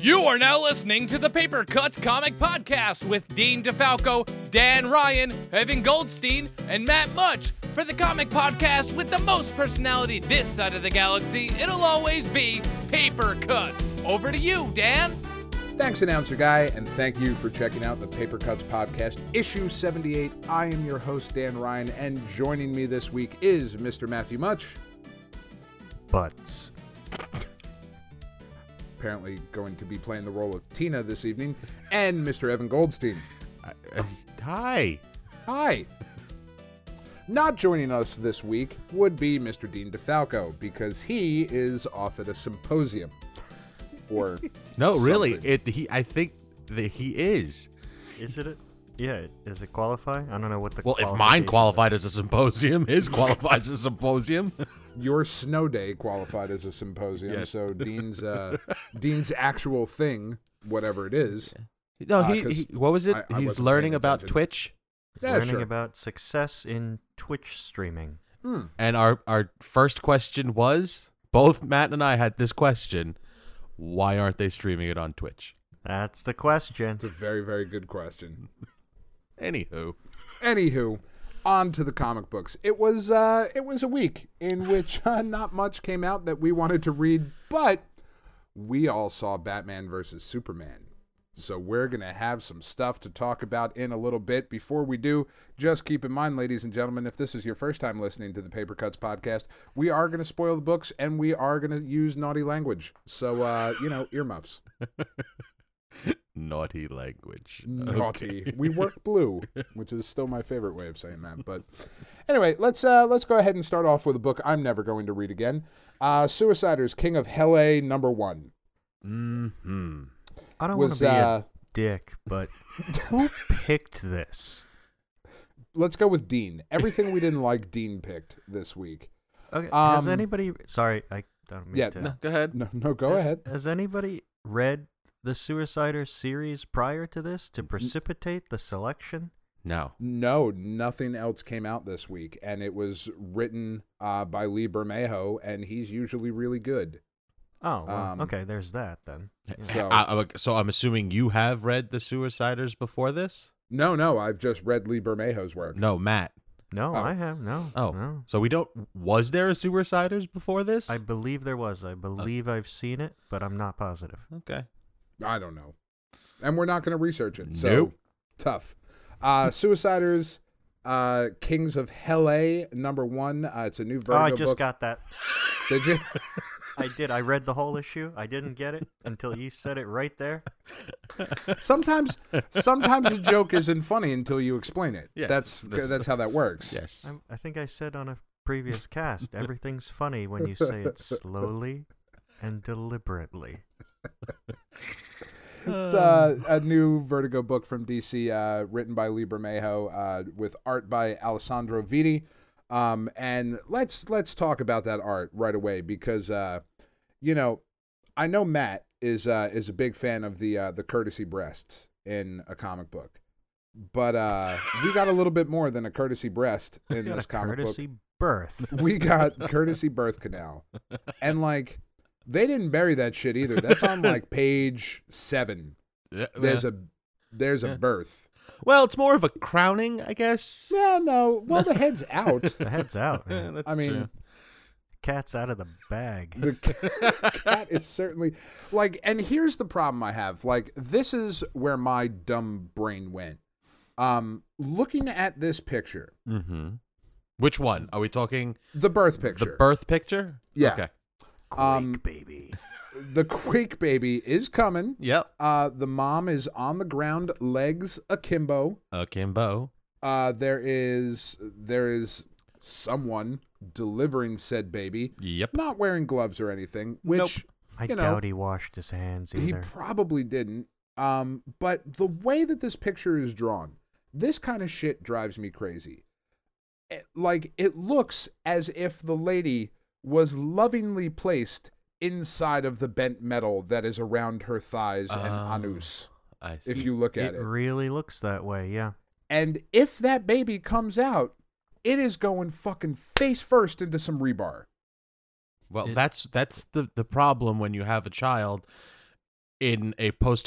You are now listening to the Paper Cuts Comic Podcast with Dean DeFalco, Dan Ryan, Evan Goldstein, and Matt Much for the comic podcast with the most personality this side of the galaxy. It'll always be Paper Cuts. Over to you, Dan. Thanks, announcer guy, and thank you for checking out the Paper Cuts Podcast, issue 78. I am your host, Dan Ryan, and joining me this week is Mr. Matthew Much. Butts. Apparently, going to be playing the role of Tina this evening, and Mr. Evan Goldstein. um, Hi. Hi. Not joining us this week would be Mr. Dean DeFalco because he is off at a symposium. Or No, really. something. It. He. I think that he is. Is it? A, yeah. Does it qualify? I don't know what the. Well, if mine qualifications qualified as a symposium, his qualifies as a symposium. your snow day qualified as a symposium, Yes. so Dean's uh, Dean's actual thing, whatever it is. No, Uh, he, 'cause he. What was it? I- I wasn't He's paying learning about attention. Twitch, are. Yeah, learning sure. about success in Twitch streaming. Hmm. and our our first question was both Matt and I had this question: Why aren't they streaming it on Twitch? That's the question. It's a very, very good question. Anywho, Anywho, on to the comic books. It was uh, it was a week in which uh, not much came out that we wanted to read, but we all saw Batman versus Superman. So we're gonna have some stuff to talk about in a little bit. Before we do, just keep in mind, ladies and gentlemen, if this is your first time listening to the Paper Cuts podcast, we are gonna spoil the books and we are gonna use naughty language. So uh, you know, earmuffs. naughty language. naughty. Mm, We work blue, which is still my favorite way of saying that. But anyway, let's uh, let's go ahead and start off with a book I'm never going to read again. Uh, Suiciders, King of Hele, number one. Hmm. I don't want Was to be uh, a dick, but who picked this? let's go with Dean. Everything we didn't like, Dean picked this week. Okay. has Um, anybody? Sorry, I don't mean yeah, to. No, go ahead. No, no, go ahead. Has anybody read the Suicider series prior to this Mm-hmm. to precipitate the selection? No. No, nothing else came out this week, and it was written uh, by Lee Bermejo, and he's usually really good. Oh, well, Um, okay. There's that then. Yeah. So- I- I- so I'm assuming you have read the Suiciders before this. No, no, I've just read Lee Bermejo's work. No, Matt. no, oh. I have no. Oh, no. so we don't. Was there a Suiciders before this? I believe there was. I believe I've seen it, but I'm not positive. okay. I don't know. And we're not going to research it. So Nope. tough. Uh, Suiciders, uh, Kings of Hele, number one. Uh, it's a new Oh, Vertigo I just book. got that. Did you? I did. I read the whole issue. I didn't get it until you said it right there. sometimes, sometimes a joke isn't funny until you explain it. Yeah, that's this- that's how that works. Yes. I, I think I said on a previous cast, everything's funny when you say it slowly and deliberately. It's uh, a new Vertigo book from DC, uh, written by Lee Bermejo, uh, with art by Alessandro Vitti. Um, and let's let's talk about that art right away because uh, you know, I know Matt is uh, is a big fan of the uh, the courtesy breasts in a comic book, but uh, we got a little bit more than a courtesy breast in Got this a comic book courtesy birth. we got courtesy birth canal and like they didn't bury that shit either that's on like page seven Yeah, there's yeah. a there's Yeah. a birth well, it's more of a crowning, I guess. yeah no well the head's out The head's out. Yeah, man. that's i mean true. Cat's out of the bag. the ca- cat is certainly like and here's the problem i have like this is where my dumb brain went um looking at this picture Mhm. Which one are we talking? the birth picture The birth picture. Yeah. Okay. Quake, um, baby. the quake baby is coming Yep. uh the mom is on the ground legs akimbo Akimbo. uh, there is there is someone delivering said baby, Yep. not wearing gloves or anything, which I you know, doubt he washed his hands he either. probably didn't. Um, but the way that this picture is drawn, this kind of shit drives me crazy. It- like it looks as if the lady was lovingly placed inside of the bent metal that is around her thighs Oh. and anus. I see. If you look at It it, really looks that way, yeah. And if that baby comes out, it is going fucking face first into some rebar. well, It- that's that's the the problem when you have a child in a post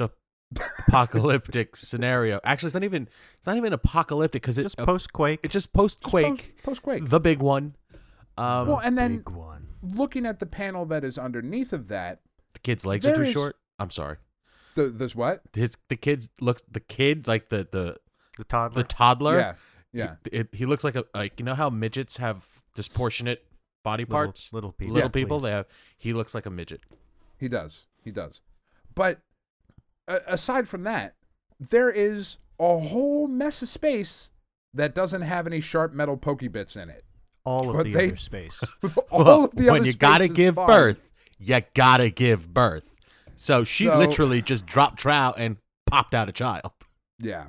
apocalyptic scenario. Actually, it's not even it's not even apocalyptic because it's Just post Quake. it's just post quake, Post Quake. the big one. Um, Well, and then Big one. looking at the panel that is underneath of that, the kid's legs are there too is- short. I'm sorry. the, there's what? His the kid looks the kid like the the The the toddler. toddler. Yeah, yeah. It, it- he looks like a like you know how midgets have disproportionate body Little- parts. little people. Little Yeah. people. They Please. have. He looks like a midget. He does. He does. But uh, aside from that, there is a whole mess of space that doesn't have any sharp metal pokey bits in it. all of But the they- other space. All Well, of the when other you gotta space is give fine. birth, you gotta give birth. So she So- literally just dropped trout and popped out a child. Yeah.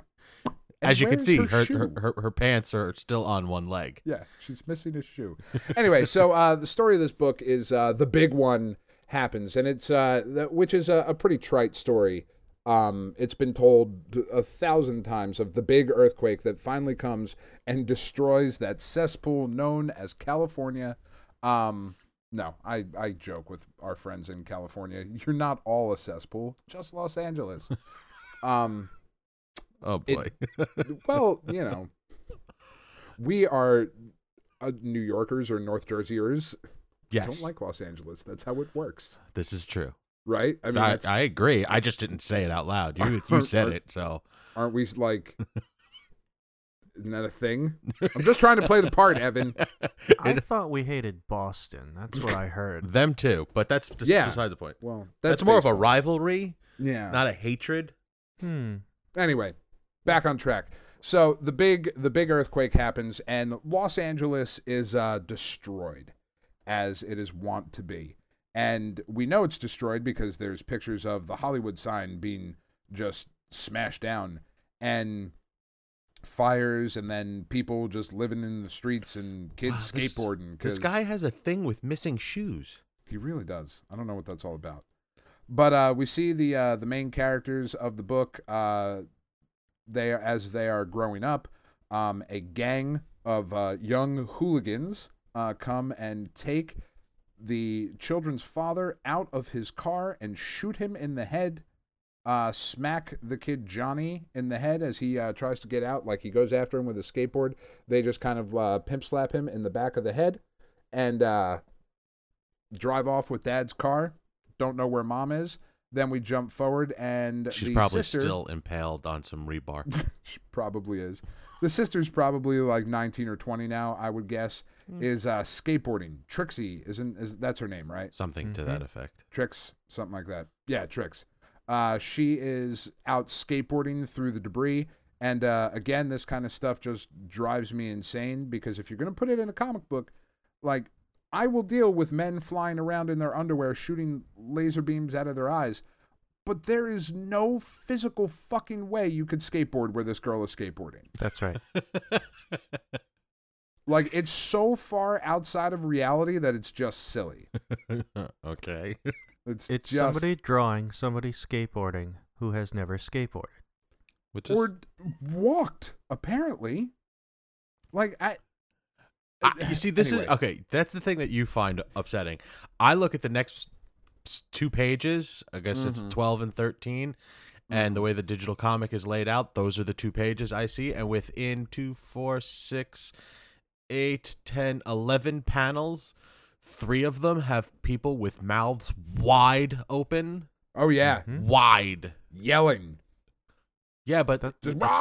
And As you can where's see, her her shoe? her, her her pants are still on one leg. Yeah, she's missing a shoe. Anyway, so uh, the story of this book is uh, the big one happens, and it's uh, th- which is a, a pretty trite story. Um, it's been told a thousand times of the big earthquake that finally comes and destroys that cesspool known as California. Um, no, I, I joke with our friends in California. You're not all a cesspool, just Los Angeles. um, Oh It- boy. well, you know, we are uh, New Yorkers or North Jerseyers. yes. Don't like Los Angeles. That's how it works, this is true. right? I mean, I, that's- I agree. I just didn't say it out loud. You you said it, so aren't we like? Isn't that a thing? I'm just trying to play the part, Evan. I thought we hated Boston. That's what I heard. them too. But that's bes- Yeah. beside the point. Well, That's, that's, more of a baseball. rivalry, yeah. not a hatred. Hmm. anyway, back on track. So the big the big earthquake happens, and Los Angeles is uh, destroyed, as it is wont to be. And we know it's destroyed because there's pictures of the Hollywood sign being just smashed down, and fires, and then people just living in the streets and kids Wow, this- skateboarding. 'cause This guy has a thing with missing shoes. he really does. I don't know what that's all about. But uh, we see the uh, the main characters of the book. Uh, they are, as they are growing up, um, a gang of uh, young hooligans uh, come and take the children's father out of his car and shoot him in the head. Uh, smack the kid Johnny in the head as he uh, tries to get out. Like he goes after him with a skateboard. They just kind of uh, pimp slap him in the back of the head, and uh, drive off with dad's car. Don't know where mom is. Then we jump forward and She's the probably sister, still impaled on some rebar. she probably is. The sister's probably like 19 or 20 now, I would guess. Is uh, skateboarding. Trixie isn't is that's her name, right? Something to that effect. Trix, something like that. Yeah, Trix. Uh, she is out skateboarding through the debris. And uh, again, this kind of stuff just drives me insane because if you're going to put it in a comic book, like, I will deal with men flying around in their underwear shooting laser beams out of their eyes. But there is no physical fucking way you could skateboard where this girl is skateboarding. That's right. Like, it's so far outside of reality that it's just silly. okay. It's, It's just somebody drawing, somebody skateboarding who has never skateboarded. Which is or d- walked apparently like i uh, I, Ah, you see, this is Anyway. okay. That's the thing that you find upsetting. I look at the next s- two pages. I guess it's Mm-hmm. twelve and 13 and the way the digital comic is laid out, those are the two pages I see. And within two, four, six, eight, ten, eleven panels, three of them have people with mouths wide open, oh yeah Mm-hmm. Mhm. wide. yelling Yeah, but That- just that's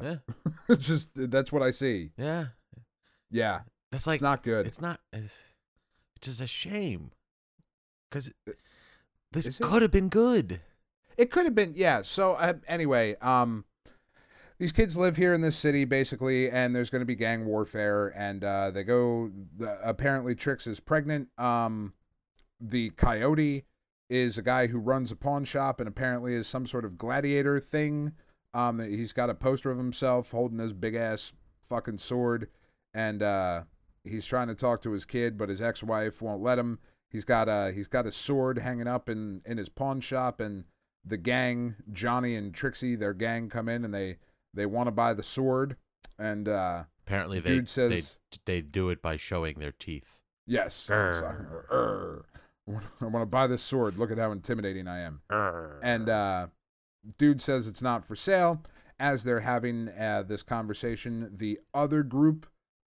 rah! yeah, just that's what i see yeah, yeah that's like it's not good It's not. It's it's just a shame because this Uh, is it? could have been good. It could have been, yeah. So uh, anyway, um, these kids live here in this city basically, and there's going to be gang warfare, and uh, they go. The, apparently, Trix is pregnant. Um, the coyote is a guy who runs a pawn shop and apparently is some sort of gladiator thing. Um, he's got a poster of himself holding his big ass fucking sword, and uh, he's trying to talk to his kid, but his ex-wife won't let him. He's got a he's got a sword hanging up in in his pawn shop, and the gang Johnny and Trixie, their gang, come in and they they want to buy the sword, and uh, Apparently, they Dude says- they they do it by showing their teeth. yes, Grr. Sorry. Err. I want to buy this sword. Look at how intimidating I am. And uh, dude says it's not for sale. As they're having uh, this conversation, the other group,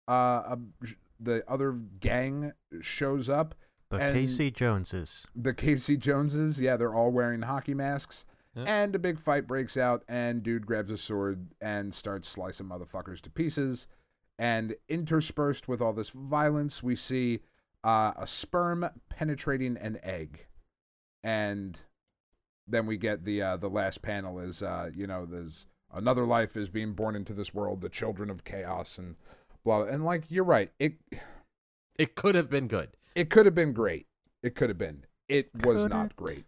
uh, um, sh- the other gang shows up. The and Casey Joneses. The Casey Joneses, yeah, they're all wearing hockey masks. And a big fight breaks out, and dude grabs a sword and starts slicing motherfuckers to pieces. And interspersed with all this violence, we see uh, a sperm penetrating an egg, and then we get the uh, the last panel is uh, you know there's another life is being born into this world, the children of chaos, and blah. And like you're right, it It could have been good. it could have been great. It could have been. It was Could not it? great.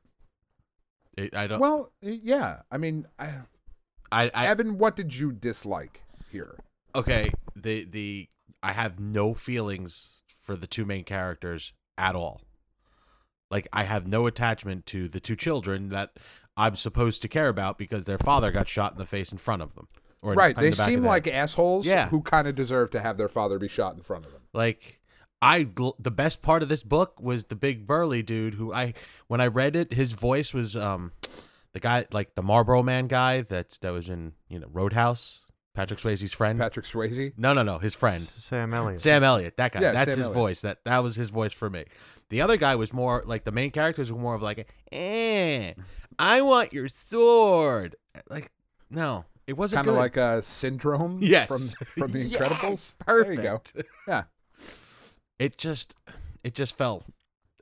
It, I don't. Well, y- yeah. I mean, I, I, I Evan, what did you dislike here? okay the the i have no feelings for the two main characters at all like i have no attachment to the two children that i'm supposed to care about because their father got shot in the face in front of them or in- Right, in they the back of seem the head. like assholes Yeah. who kind of deserve to have their father be shot in front of them. Like I gl- the best part of this book was the big burly dude who I when I read it his voice was um the guy like the Marlboro man guy that that was in you know Roadhouse Patrick Swayze's friend Patrick Swayze. no no no his friend Sam Elliott. Sam Elliott that guy Yeah, that's Sam his Elliott. voice that that was his voice for me the other guy was more like the main characters were more of like eh I want your sword like no it wasn't Kind of good. like a syndrome Yes. from from The Yes, Incredibles. There you go. perfect. Yeah. it just it just fell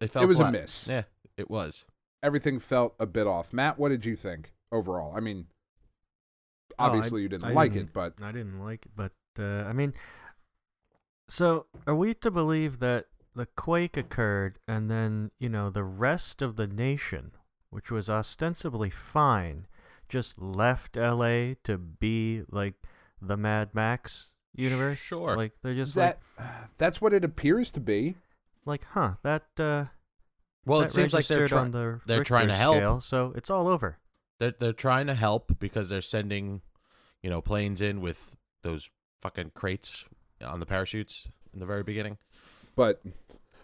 it fell It was a flat. miss. yeah it was Everything felt a bit off. Matt, what did you think overall? I mean, Oh, I- obviously you didn't I like didn't- it, but I didn't like it, but uh, I mean, so are we to believe that the quake occurred and then you know the rest of the nation, which was ostensibly fine, just left L.A. to be like the Mad Max universe? Sure. Like they're just that that's what it appears to be. like, like, huh? That uh, well it that seems like they're registered trying on the they're trying Richter to help scale, so it's all over. they're, they're trying to help because they're sending you know planes in with those fucking crates on the parachutes in the very beginning But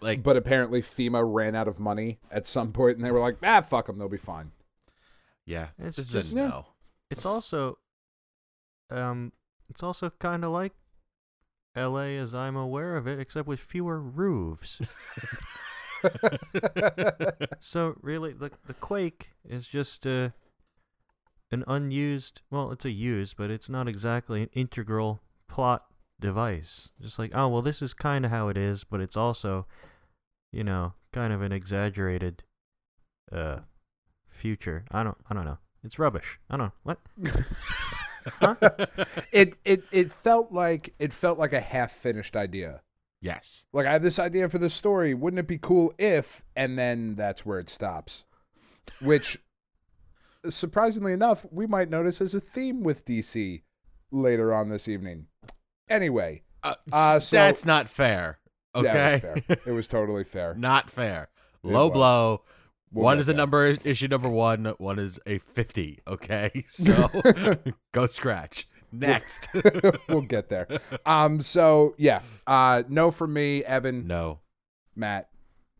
like but apparently FEMA ran out of money at some point, and they were like, ah, fuck them, they'll be fine. yeah It's this just- is a no it's also um it's also kind of like LA as I'm aware of it except with fewer roofs. so really the the quake is just uh an unused well it's a used but it's not exactly an integral plot device. Just like oh well this is kind of how it is but it's also you know kind of an exaggerated uh future. I don't I don't know. It's rubbish. I don't know. What? It it it felt like it felt like a half finished idea. yes Like I have this idea for this story. Wouldn't it be cool if? And then that's where it stops. Which, surprisingly enough, we might notice as a theme with DC later on this evening. Anyway, uh, Uh, s- so- that's not fair okay yeah, it was fair. It was totally fair. not fair low was. blow We'll one get is a there. number issue number one one is a 50 okay so go scratch next we'll get there. Um. So yeah. Uh. No for me, Evan, no Matt.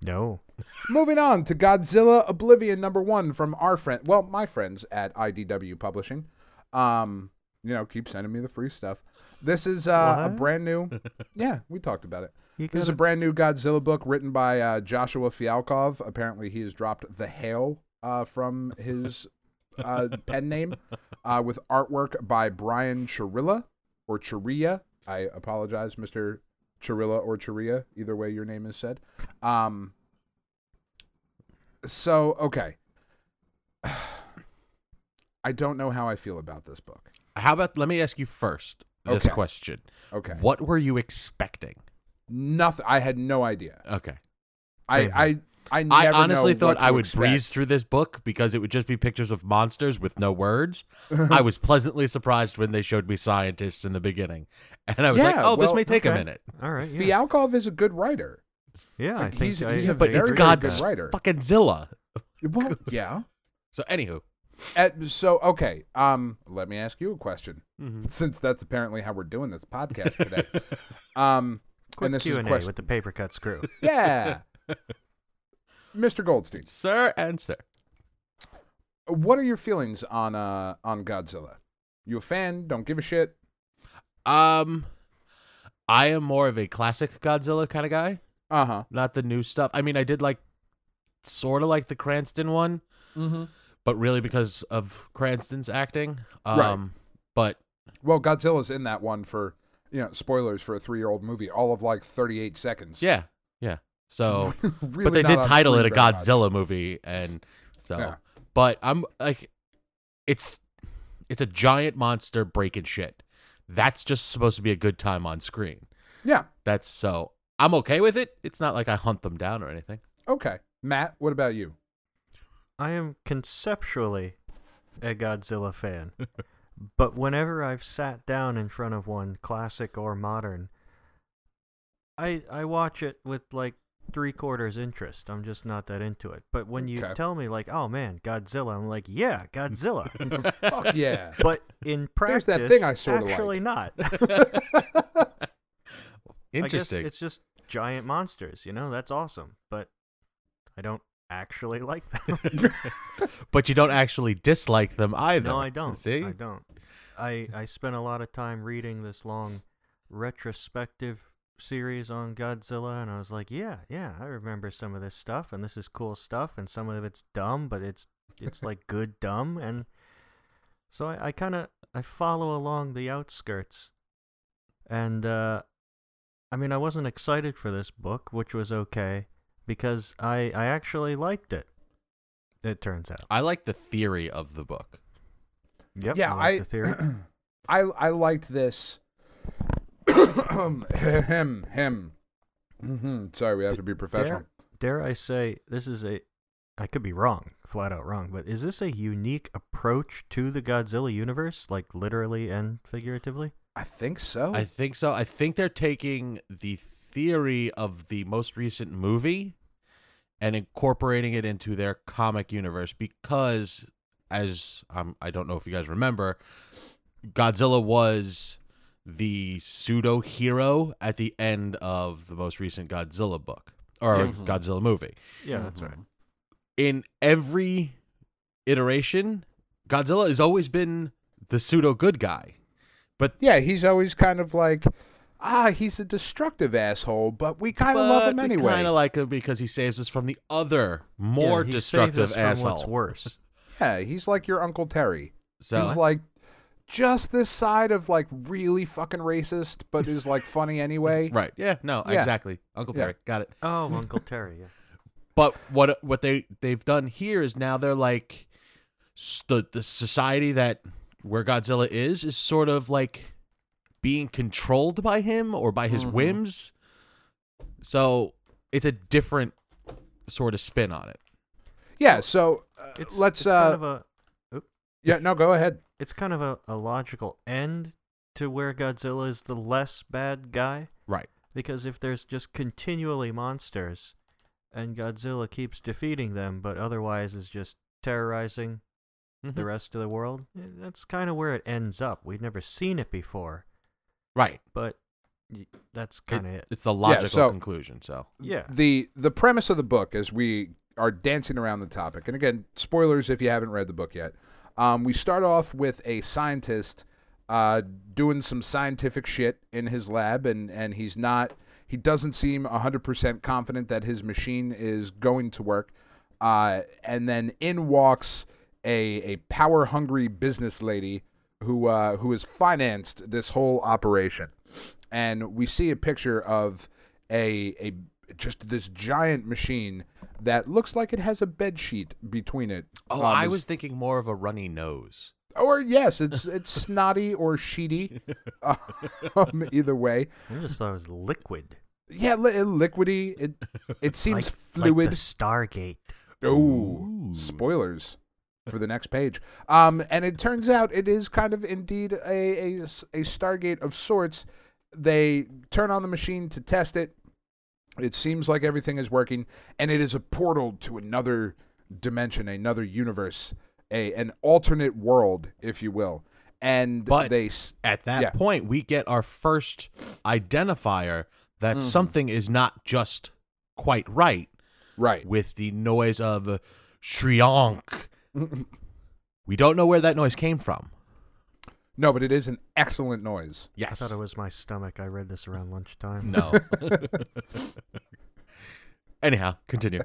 No. Moving on to Godzilla Oblivion number one from our friend, well, my friends at IDW Publishing. Um, you know, keep sending me the free stuff. This is uh, a What? brand new. Yeah, we talked about it. You This is a gotta- brand new Godzilla book written by uh, Joshua Fialkov. Apparently, he has dropped the hail uh, from his uh, pen name uh, with artwork by Brian Chirilla or Chiria. I apologize, Mr. Chirilla or Chiria, either way your name is said. Um, so, okay. I don't know how I feel about this book. how about let me ask you first this Okay. question Okay. what were you expecting Nothing. I had no idea. okay I, Same I, I, never I honestly know thought what to I would expect. breeze through this book because it would just be pictures of monsters with no words. I was pleasantly surprised when they showed me scientists in the beginning. And I was like, Yeah, oh, this well, may take a okay. minute. All right. Yeah. Fialkov is a good writer. yeah, I like, think he's- I, he's a I But Very it's agree God- with God's good that. writer. fucking Zilla. Well, yeah. So, anywho. Uh, so okay, um, let me ask you a question, Mhm. since that's apparently how we're doing this podcast today. um, Quick and this Q is a and A question. with the paper cut screw. yeah. Mr. Goldstein, sir and sir. what are your feelings on uh on Godzilla? You a fan? Don't give a shit. Um, I am more of a classic Godzilla kind of guy, Uh huh. not the new stuff. I mean, I did like sort of like the Cranston one, Mm-hmm. but really because of Cranston's acting. Um, Right. But Well, Godzilla's in that one for you know spoilers for a three year old movie, all of like thirty eight seconds. yeah, yeah. So, really but they not did on title it screen a very much. Godzilla movie, and so. Yeah. But I'm like, it's it's a giant monster breaking shit. That's just supposed to be a good time on screen. Yeah. That's so I'm okay with it. It's not like I hunt them down or anything. Okay. Matt, what about you? I am conceptually a Godzilla fan, but whenever I've sat down in front of one, classic or modern, I I watch it with like three quarters interest. I'm just not that into it. But when you Okay. tell me like, oh man, Godzilla, I'm like, yeah, Godzilla. Fuck yeah. but in There's practice, that thing I sorta like. actually not. I Interesting. guess it's just giant monsters. You know, that's awesome. But I don't actually like them. but you don't actually dislike them either. No, I don't. See? I don't. I I spent a lot of time reading this long retrospective series on Godzilla and I was like, yeah, yeah, I remember some of this stuff and this is cool stuff and some of it's dumb, but it's it's like good dumb and so I, I kind of I follow along the outskirts. And uh I mean, I wasn't excited for this book, which was okay because I I actually liked it. It turns out. I like the theory of the book. Yep, Yeah, I, liked I- the theory. I I liked this. him him. hmm Sorry, we have to be professional. Dare, dare I say, this is a. I could be wrong, flat out wrong, but is this a unique approach to the Godzilla universe, like literally and figuratively? I think Oh. so. I think so. I think they're taking the theory of the most recent movie and incorporating it into their comic universe because as um, I don't know if you guys remember, Godzilla was the pseudo hero at the end of the most recent Godzilla book or Mm-hmm. Mhm. Godzilla movie. Yeah, that's right. in every iteration, Godzilla has always been the pseudo good guy. yeah, he's always kind of like, ah, he's a destructive asshole, but we kind of love him anyway. Kind of like him because he saves us from the other more Yeah, he saved destructive us from asshole. What's worse? yeah, he's like your Uncle Terry. So he's like just this side of like really fucking racist, but is like funny anyway. right, yeah, no, Yeah. exactly. Uncle Yeah. Terry got it. Oh, Uncle Terry. Yeah. But what what they they've done here is now they're like s- the the society that where Godzilla is is sort of like being controlled by him or by Mm-hmm. his whims. So it's a different sort of spin on it. Yeah, so uh, It's, let's. it's uh, kind of a yeah, no, go ahead. it's kind of a, a logical end to where Godzilla is the less bad guy. Right. Because if there's just continually monsters and Godzilla keeps defeating them, but otherwise is just terrorizing Mm-hmm. the rest of the world, eh, that's kind of where it ends up. We've never seen it before, Right. but y- that's kind of it. It's the logical so- conclusion. So Yeah. the the premise of the book as we are dancing around the topic and again spoilers if you haven't read the book yet um, we start off with a scientist uh, doing some scientific shit in his lab and and he's not he doesn't seem 100% confident that his machine is going to work uh, and then in walks a, a power hungry business lady who uh, who has financed this whole operation and we see a picture of a a just this giant machine that looks like it has a bed sheet between it. Oh, Um, I it's- was thinking more of a runny nose. Or yes, it's it's snotty or sheety, um, either way. I just thought it was liquid. Yeah, li- liquidy. It it seems like, fluid. Like the Stargate. Oh, spoilers for the next page. Um, and it turns out it is kind of indeed a, a, s- a Stargate of sorts. They turn on the machine to test it. It seems like everything is working, and it is a portal to another dimension, another universe, a an alternate world, if you will. And But- they s- At that Yeah. point, we get our Mm-hmm. first identifier that something is not just quite right Right. with the noise of shrionk. we don't know where that noise came from. No, but it is an excellent noise. I Yes. thought it was my stomach. I read this around lunchtime. No. Anyhow, continue.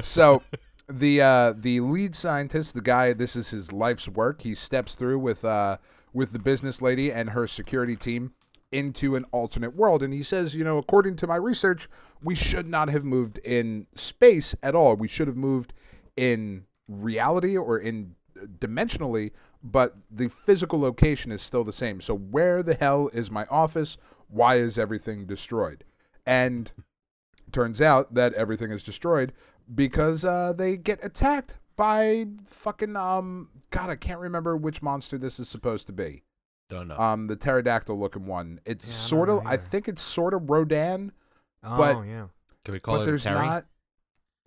so the uh, the lead scientist, the guy, this is his life's work. He steps through with uh, with the business lady and her security team into an alternate world, and he says, you know, according to my research, we should not have moved in space at all. We should have moved in reality or in uh, dimensionally, but the physical location is still the same. So where the hell is my office? Why is everything destroyed? And turns out that everything is destroyed because uh, they get attacked by fucking um god i can't remember which monster this is supposed to be Don't know. um the pterodactyl looking one it's Yeah, I sort don't of know i either. think it's sort of rodan Oh But- yeah. Can we call but him there's Terry? not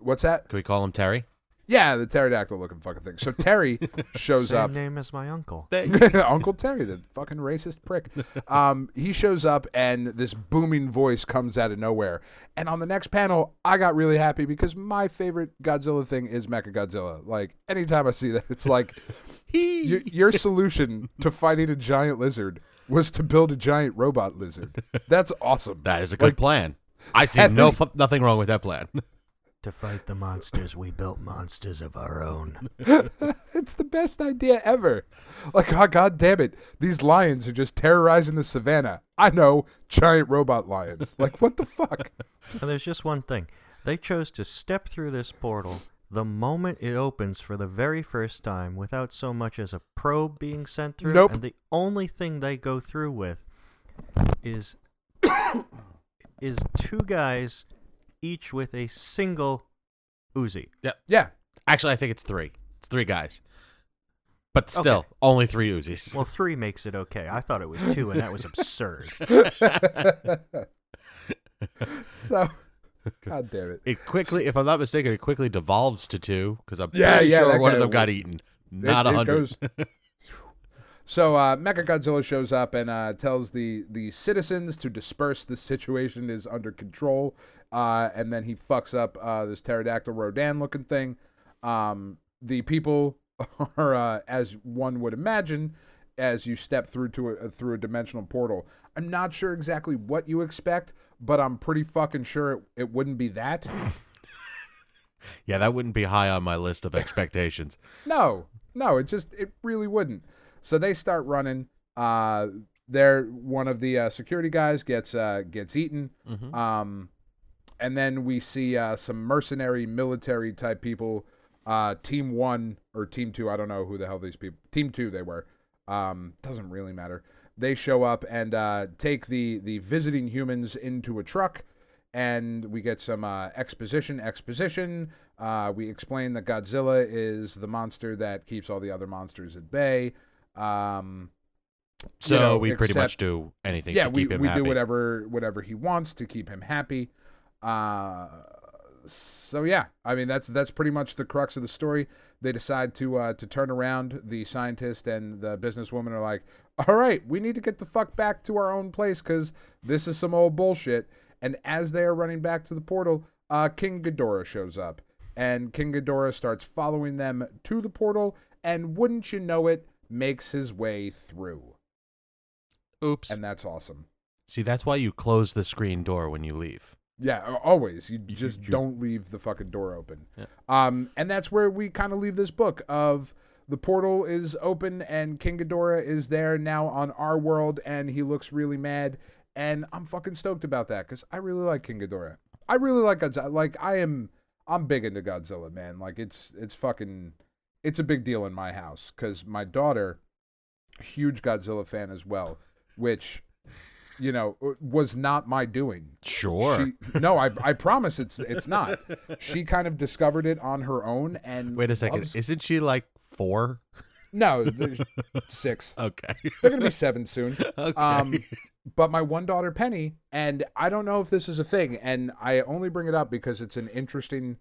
what's that Can we call him Terry? yeah the pterodactyl looking fucking thing so terry shows Same up name as my uncle. Uncle Terry, the fucking racist prick. Um, he shows up, and this booming voice comes out of nowhere. And on the next panel, I got really happy because my favorite Godzilla thing is Mecha Godzilla. Like anytime I see that, it's like your, your solution to fighting a giant lizard was to build a giant robot lizard. That's awesome. That is a good plan. I see At no least- fu- nothing wrong with that plan. To fight the monsters, we built monsters of our own. It's the best idea ever. Like, oh, god damn it. These lions are just terrorizing the savannah. I know, giant robot lions. Like, what the fuck? And there's just one thing. They chose to step through this portal the moment it opens for the very first time without so much as a probe being sent through. Nope. And the only thing they go through with is is two guys each with a single Uzi. Yeah. Actually, I think it's three. It's three guys. But still, Okay. only three Uzis. Well, three makes it okay. I thought it was two, and that was absurd. so, God damn it. it quickly, if I'm not mistaken, it quickly devolves to two because I'm Yeah, pretty yeah, sure that one of guy- them got eaten. Not it a hundred. goes- So uh, Mecha Godzilla shows up and uh, tells the the citizens to disperse. The situation is under control. Uh, and then he fucks up uh, this pterodactyl Rodan looking thing. Um, the people are, uh, as one would imagine, as you step through to a, through a dimensional portal. I'm not sure exactly what you expect, but I'm pretty fucking sure it, it wouldn't be that. Yeah, that wouldn't be high on my list of expectations. No, no, it just it really wouldn't. So they start running. Uh, they're one of the uh, security guys gets uh, gets eaten. Um, and then we see uh, some mercenary military type people. Uh, team one or team two, I don't know who the hell these people. Team two, they were. Um, doesn't really matter. They show up and uh, take the the visiting humans into a truck and we get some uh, exposition. Exposition. Uh, we explain that Godzilla is the monster that keeps all the other monsters at bay. Um, So know, we pretty much except- do anything yeah, to we, keep him we happy. do whatever whatever he wants to keep him happy. Uh, so yeah, I mean that's that's pretty much the crux of the story. They decide to uh, to turn around. The scientist and the businesswoman are like, "All right, we need to get the fuck back to our own place because this is some old bullshit." And as they are running back to the portal, uh, King Ghidorah shows up, and King Ghidorah starts following them to the portal, and wouldn't you know it, makes his way through, Oops. and that's awesome. See, that's why you close the screen door when you leave. Yeah, a- always. You You- just you- don't leave the fucking door open. Yeah. Um, and that's where we kind of leave this book of the portal is open and King Ghidorah is there now on our world and he looks really mad and I'm fucking stoked about that because I really like King Ghidorah. I really like Godzilla. Like I am, I'm big into Godzilla, man. Like it's it's fucking, it's a big deal in my house because my daughter, huge Godzilla fan as well, which, you know, w- was not my doing. Sure. She, no, I, I promise it's it's not. She kind of discovered it on her own and Wait a second. loves- Isn't she like four? no, there's six. Okay. They're gonna be seven soon. okay. Um, but my one daughter Penny, and I don't know if this is a thing, and I only bring it up because it's an interesting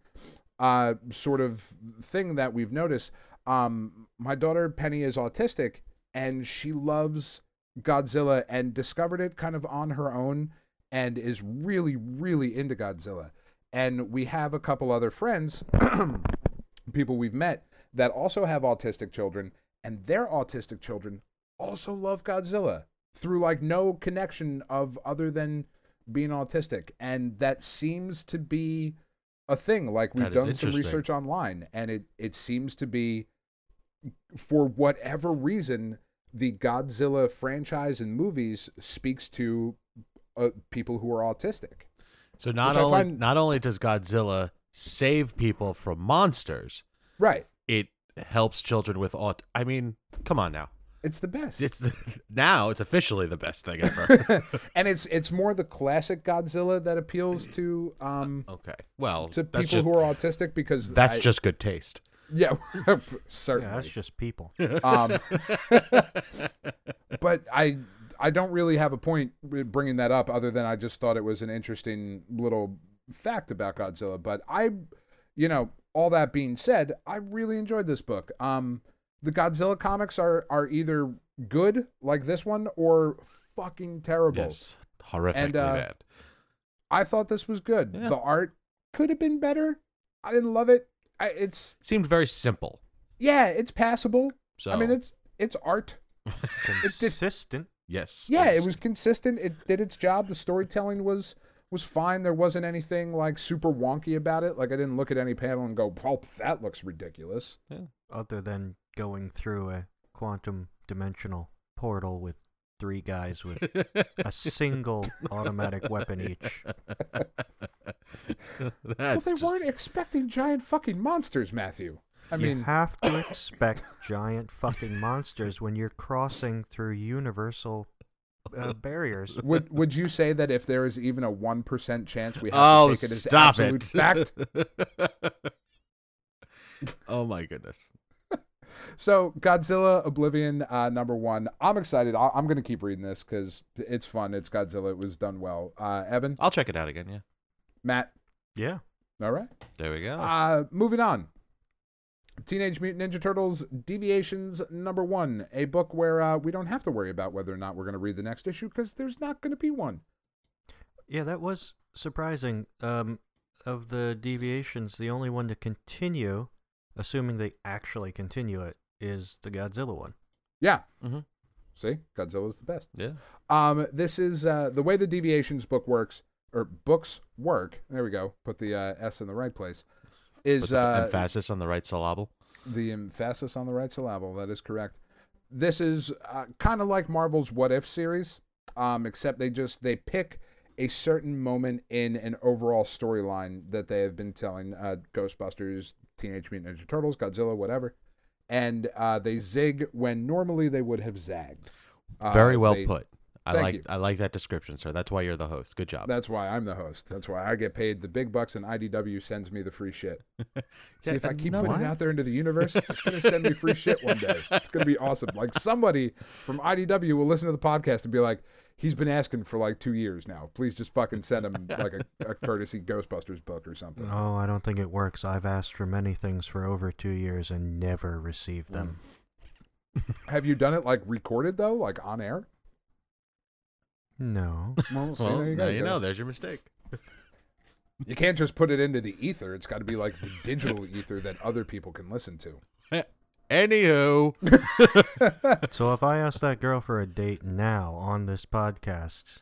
uh, sort of thing that we've noticed. Um, my daughter Penny is autistic, and she loves Godzilla and discovered it kind of on her own, and is really, really into Godzilla. and we have a couple other friends, people we've met that also have autistic children, and their autistic children also love Godzilla through like no connection of other than being autistic, and that seems to be a thing. Like we've That is done some interesting. research online, and it it seems to be for whatever reason the Godzilla franchise and movies speaks to uh, people who are autistic. So not I only find- not only does Godzilla save people from monsters, Right. it helps children with aut. I mean, come on now. It's the best. It's now it's officially the best thing ever. and it's it's more the classic Godzilla that appeals to um okay. Well, to Uh, that's people just who are autistic because that's I- just good taste. yeah Yeah, that's certainly. just people. um, but I I don't really have a point with bringing that up other than I just thought it was an interesting little fact about Godzilla. But I, you know, all that being said, I really enjoyed this book. Um, the Godzilla comics are are either good like this one or fucking terrible. Yes, horrifically And, uh, bad. I thought this was good. Yeah. The art could have been better. I didn't love it. I, it's Seemed very simple. yeah, it's passable. So I mean, it's it's art. Consistent. yes. Yeah, it it's- was consistent. It did its job. The storytelling was was fine. There wasn't anything like super wonky about it. Like I didn't look at any panel and go, "Well, that looks ridiculous." other than going through a quantum dimensional portal with three guys with a single automatic weapon each. well, That's they just- weren't expecting giant fucking monsters, Matthew. I you mean, have to expect giant fucking monsters when you're crossing through universal uh, barriers. would would you say that if there is even a one percent chance we have Oh, to take it as stop absolute it! fact? oh my goodness. So Godzilla Oblivion uh, number one. I'm excited. I- I'm going to keep reading this because it's fun. It's Godzilla. It was done well. Uh, Evan, I'll check it out again. Yeah. Matt. Yeah. All right. There we go. Uh, moving on. Teenage Mutant Ninja Turtles Deviations number one, a book where uh, we don't have to worry about whether or not we're going to read the next issue because there's not going to be one. Yeah, that was surprising. Um, of the deviations, the only one to continue, assuming they actually continue it, is the Godzilla one. Yeah. Mhm. See, Godzilla's the best. Yeah. Um, this is uh, the way the Deviations book works, or books work. There we go. Put the uh, S in the right place. Put Is the uh, emphasis on the right syllable. The emphasis on the right syllable. That is correct. This is uh, kind of like Marvel's What If series, um, except they just they pick a certain moment in an overall storyline that they have been telling uh, Ghostbusters, Teenage Mutant Ninja Turtles, Godzilla, whatever, and uh, they zig when normally they would have zagged. Uh, Very well they- put. I Thank like you. I like that description, sir. That's why you're the host. Good job. That's why I'm the host. That's why I get paid the big bucks, and IDW sends me the free shit. See, if I keep no, putting what? it out there into the universe, it's going to send me free shit one day. It's going to be awesome. Like, somebody from IDW will listen to the podcast and be like, he's been asking for like two years now. Please just fucking send him like a, a courtesy Ghostbusters book or something. Oh, I don't think it works. I've asked for many things for over two years and never received them. Have you done it like recorded, though, like on air? No. Well, see, well, there you now go. you know. There's your mistake. You can't just put it into the ether. It's got to be like the digital ether that other people can listen to. Anywho, so if I ask that girl for a date now on this podcast,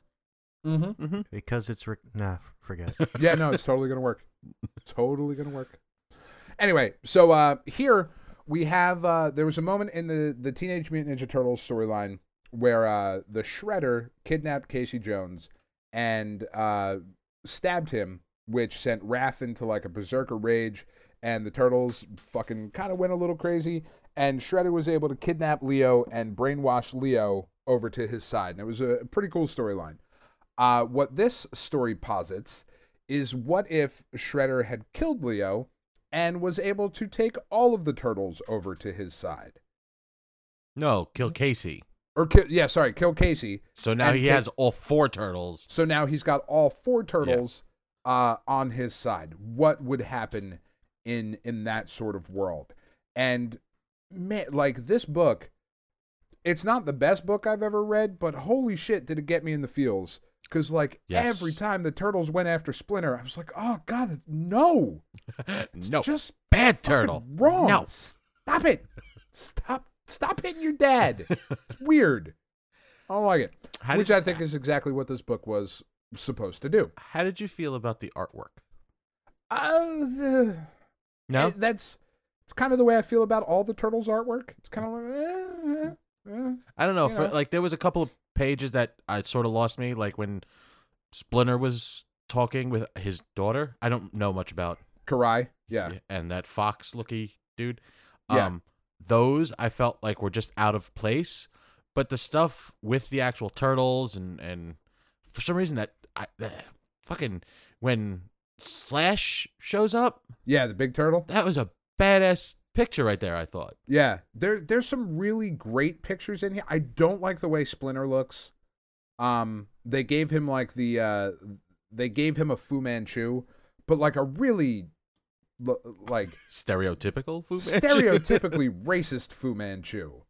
Mm-hmm. because it's re- nah, f- forget it. yeah, no, it's totally gonna work. Totally gonna work. Anyway, so uh, here we have uh, there was a moment in the the Teenage Mutant Ninja Turtles storyline where uh, the Shredder kidnapped Casey Jones and uh, stabbed him, which sent Raph into like a berserker rage, and the turtles fucking kind of went a little crazy. And Shredder was able to kidnap Leo and brainwash Leo over to his side, and it was a pretty cool storyline. Uh, what this story posits is what if Shredder had killed Leo and was able to take all of the turtles over to his side? no, kill Casey. Or, ki- yeah, sorry, kill Casey. So now And he kill- has all four turtles. So now he's got all four turtles uh, on his side. What would happen in in that sort of world? And man, like this book, it's not the best book I've ever read, but holy shit, did it get me in the feels? Because like Yes. every time the turtles went after Splinter, I was like, oh god, no, no, just bad fucking turtle. wrong. No. stop it, stop, stop hitting your dad. It's weird. I don't like it. How Which did- I think is exactly what this book was supposed to do. How did you feel about the artwork? Uh, the- No, it- that's it's kind of the way I feel about all the turtles artwork. It's kind of like, eh, eh, eh. I don't know. you For, know. like there was a couple of pages that I sort of lost me. Like when Splinter was talking with his daughter. I don't know much about. Karai, yeah. And that fox looky dude. Yeah. Um, those I felt like were just out of place. But the stuff with the actual turtles and and for some reason that I that fucking when Slash shows up, Yeah, the big turtle. that was a badass picture right there. I thought. Yeah. There there's some really great pictures in here. I don't like the way Splinter looks. Um they gave him like the uh they gave him a Fu Manchu, but like a really l- like Stereotypical Fu Manchu. stereotypically racist Fu Manchu.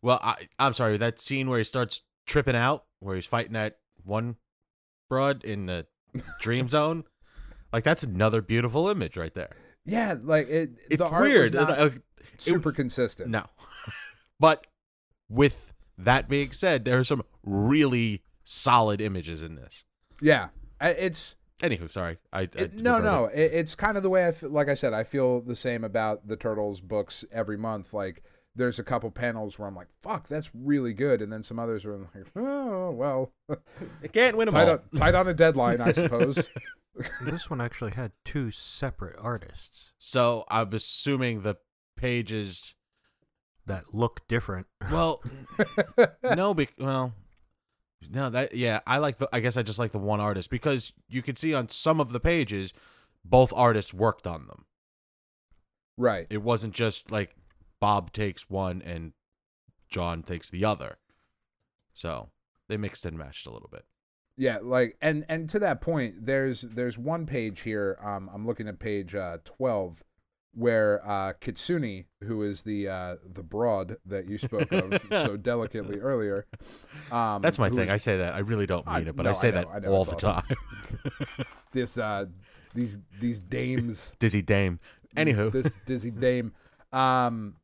Well, I, I'm sorry. That scene where he starts tripping out, where he's fighting that one broad in the dream zone, like that's another beautiful image right there. Yeah, like it It's the art was weird. not Uh, it super was- consistent. No, but with that being said, there are some really solid images in this. Yeah. I- It's Anywho, sorry. I, I It- no, diverted. no. It, it's kind of the way I feel. Like I said, I feel the same about the Turtles books every month. Like, there's a couple panels where I'm like, fuck, that's really good. And then some others where I'm like, oh, well. I can't win them tied, all. on, tied on a deadline, I suppose. this one actually had two separate artists So I'm assuming the pages. that look different. Well, no, bec well, no, that yeah, I like the. I guess I just like the one artist because you could see on some of the pages, both artists worked on them. right. It wasn't just like Bob takes one and John takes the other. So they mixed and matched a little bit. Yeah, like and and to that point, there's there's one page here. Um, I'm looking at page uh, twelve, where uh, Kitsune, who is the uh, the broad that you spoke of so delicately earlier, um, That's my who thing. is I say that. I really don't I- mean it, but no, I I say know, that I know, all the it's awesome. time. this uh these these dames Dizzy dame. Anywho, this dizzy dame um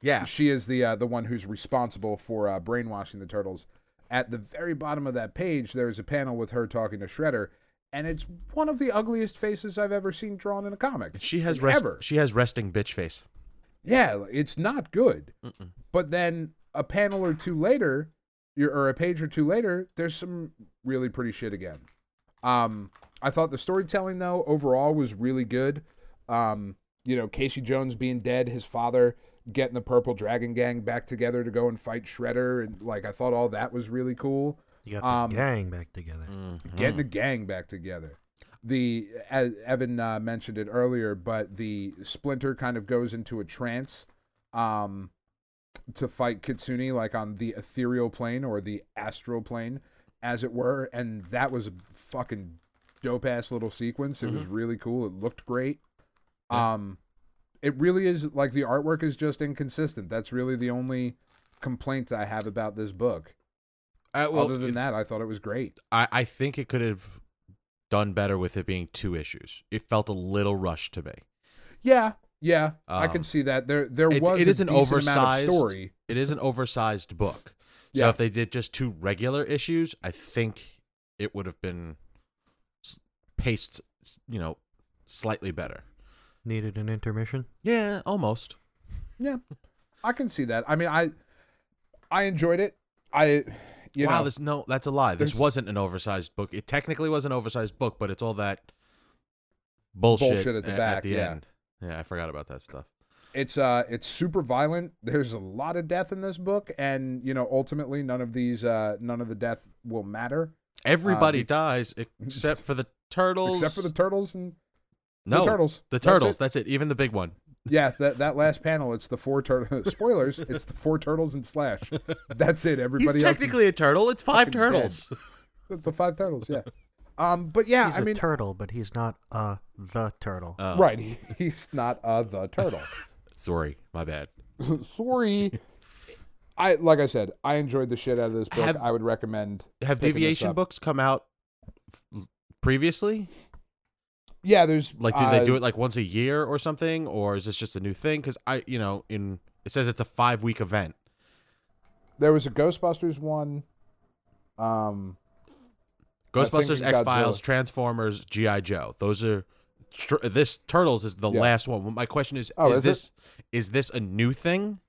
yeah, she is the uh, the one who's responsible for uh, brainwashing the turtles at the very bottom of that page there's a panel with her talking to shredder and it's one of the ugliest faces i've ever seen drawn in a comic she has Like, rest. ever She has resting bitch face. yeah like, it's not good but then a panel or two later you're, or a page or two later there's some really pretty shit again um i thought the storytelling though overall was really good um you know casey jones being dead his father getting the purple dragon gang back together to go and fight shredder and like i thought all that was really cool You got the Um, mm. gang back together. Mm. getting the gang back together. The as Evan uh, mentioned it earlier, but the Splinter kind of goes into a trance um, to fight Kitsune, like on the ethereal plane or the astral plane, as it were. And that was a fucking dope ass little sequence. It was Mm-hmm. really cool. It looked great. Um, it really is like the artwork is just inconsistent. That's really the only complaint I have about this book. Uh, well, Other than if- that, I thought it was great. I, I think it could have done better with it being two issues. It felt a little rushed to me. Yeah, yeah, I Um, can see that. There, there It- was it is a an decent oversized amount of story. It is an oversized book. So Yeah. if they did just two regular issues, I think it would have been s- paced, s- you know, slightly better. Needed an intermission. Yeah, almost. Yeah, I can see that. I mean, I, I enjoyed it. I, you wow, know, this no, that's a lie. This there's- wasn't an oversized book. It technically was an oversized book, but it's all that bullshit, Bullshit at the a- back, yeah. end. Yeah, I forgot about that stuff. it's uh, it's super violent. There's a lot of death in this book, and you know, ultimately, none of these, uh, none of the death will matter Everybody be- dies except for the turtles. Um, except for the turtles and no, turtles. The That's turtles. it. That's it. Even the big one. yeah, that that last panel. It's the four turtles. Spoilers. It's the four turtles and Slash. That's it. Everybody He's else is- technically a turtle. It's five fucking dead. turtles. the five turtles. Yeah. Um, but yeah, He's I a mean, Uh. turtle, but he's not uh the turtle. Oh, right? He's not uh, the turtle. Sorry, my bad. sorry. I like I said, I enjoyed the shit out of this book. Have- I would recommend. Have picking this deviation up. books come out f- previously? Yeah, there's Like, do they uh, do it like once a year or something, or is this just a new thing? Because I, you know, in it says it's a five week event. There was a Ghostbusters one. Um, I think Ghostbusters, Godzilla. X Files, Transformers, GI Joe. Those are str- this Turtles is the Yeah. last one. My question is: Oh, is, is it? this is this a new thing?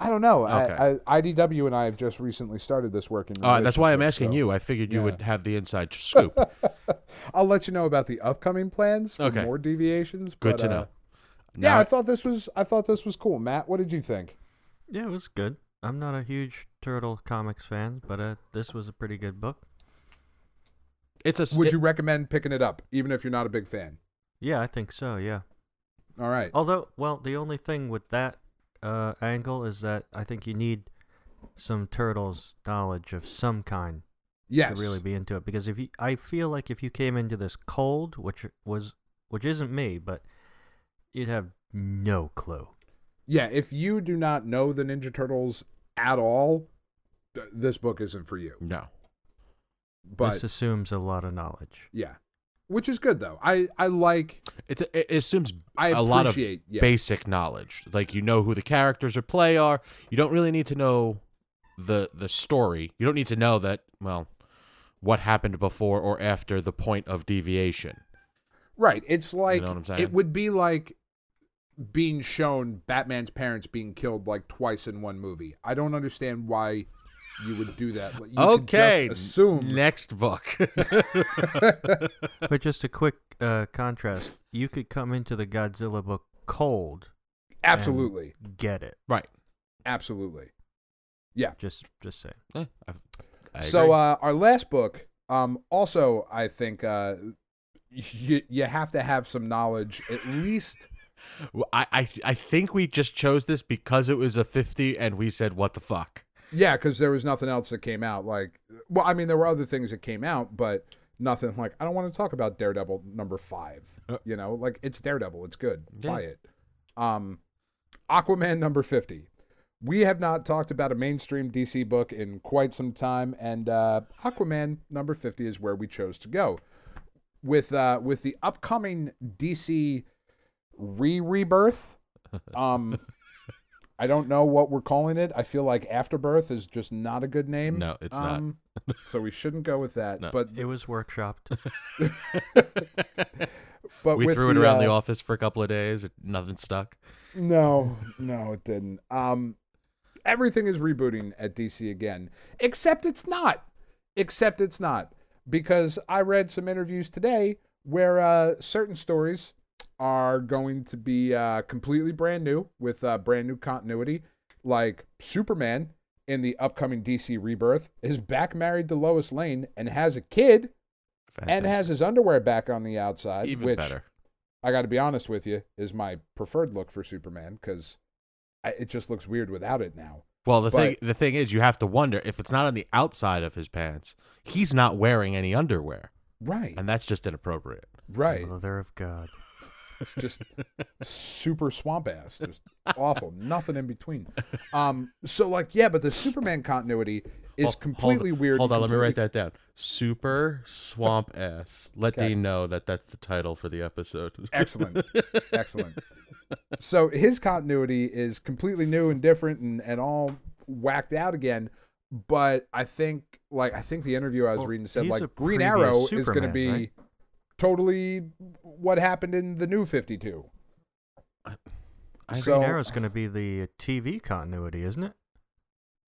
I don't know. Okay. I, I, IDW and I have just recently started this work in. Uh, that's why I'm relationship, asking so you. I figured you yeah. would have the inside scoop. I'll let you know about the upcoming plans for Okay. more deviations. Good but, to uh, know. yeah, Now- I thought this was. I thought this was cool. Matt, what did you think? Yeah, it was good. I'm not a huge Turtle comics fan, but uh, this was a pretty good book. it's a. s- Would it- you recommend picking it up, even if you're not a big fan? Yeah, I think so. Yeah. All right. Oh, Although, well, the only thing with that uh, angle is that I think you need some turtles knowledge of some kind yes. to really be into it. Because if you, I feel like if you came into this cold, which was, which isn't me, but you'd have no clue. yeah. If you do not know the Ninja Turtles at all, th- this book isn't for you. no. But this assumes a lot of knowledge. yeah, which is good though. I I like. It's a, it assumes I a lot of appreciate, yeah. basic knowledge. Like you know who the characters or play are. You don't really need to know the the story. You don't need to know that well what happened before or after the point of deviation. Right. It's like know what I'm it saying? would be like being shown Batman's parents being killed like twice in one movie. I don't understand why you would do that. Like, You could just okay. assume. next book. but just a quick uh, contrast: you could come into the Godzilla book cold, and absolutely. get it. right. Absolutely. Yeah. Just, just say. Eh, I- I So agree. uh, our last book um also I think uh you, you have to have some knowledge at least uh, Well, I, I I think we just chose this because it was a 50 and we said what the fuck. Yeah, because there was nothing else that came out. Like, well, I mean, there were other things that came out, but nothing like I don't want to talk about Daredevil number five. Uh. you know, like it's Daredevil, it's good. Yeah. Buy it. Um, Aquaman number fifty. We have not talked about a mainstream DC book in quite some time, and uh, Aquaman number fifty is where we chose to go with uh, with the upcoming DC re rebirth. Um, I don't know what we're calling it. I feel like Afterbirth is just not a good name. No, it's not. so we shouldn't go with that. No. But It was workshopped. but we with threw it around the uh, office for a couple of days. It, nothing stuck. No, no, it didn't. Um, everything is rebooting at DC again, except it's not. Except it's not because I read some interviews today where uh, certain stories are going to be uh, completely brand new with uh, brand new continuity, like Superman in the upcoming DC Rebirth is back married to Lois Lane and has a kid and has his underwear back on the outside, even which better. I got to be honest with you, is my preferred look for Superman because it just looks weird without it now. Well, the thing But- the thing is, you have to wonder if it's not on the outside of his pants, he's not wearing any underwear, Right. and that's just inappropriate. right. Mother of God. It's just super swamp ass. Just awful. Nothing in between. Um. So like, yeah, but the Superman continuity is Hold- completely hold, weird. Hold and on, let me write completely- that down. Super swamp ass. Let Okay. Dean know that that's the title for the episode. Excellent. Excellent. So his continuity is completely new and different and, and all whacked out again. But I think like I think the interview I was Well, reading said he's a like Green previous Arrow is going to Superman, be right? totally what happened in the new 52. I- so Green Arrow's going to be the TV continuity, isn't it?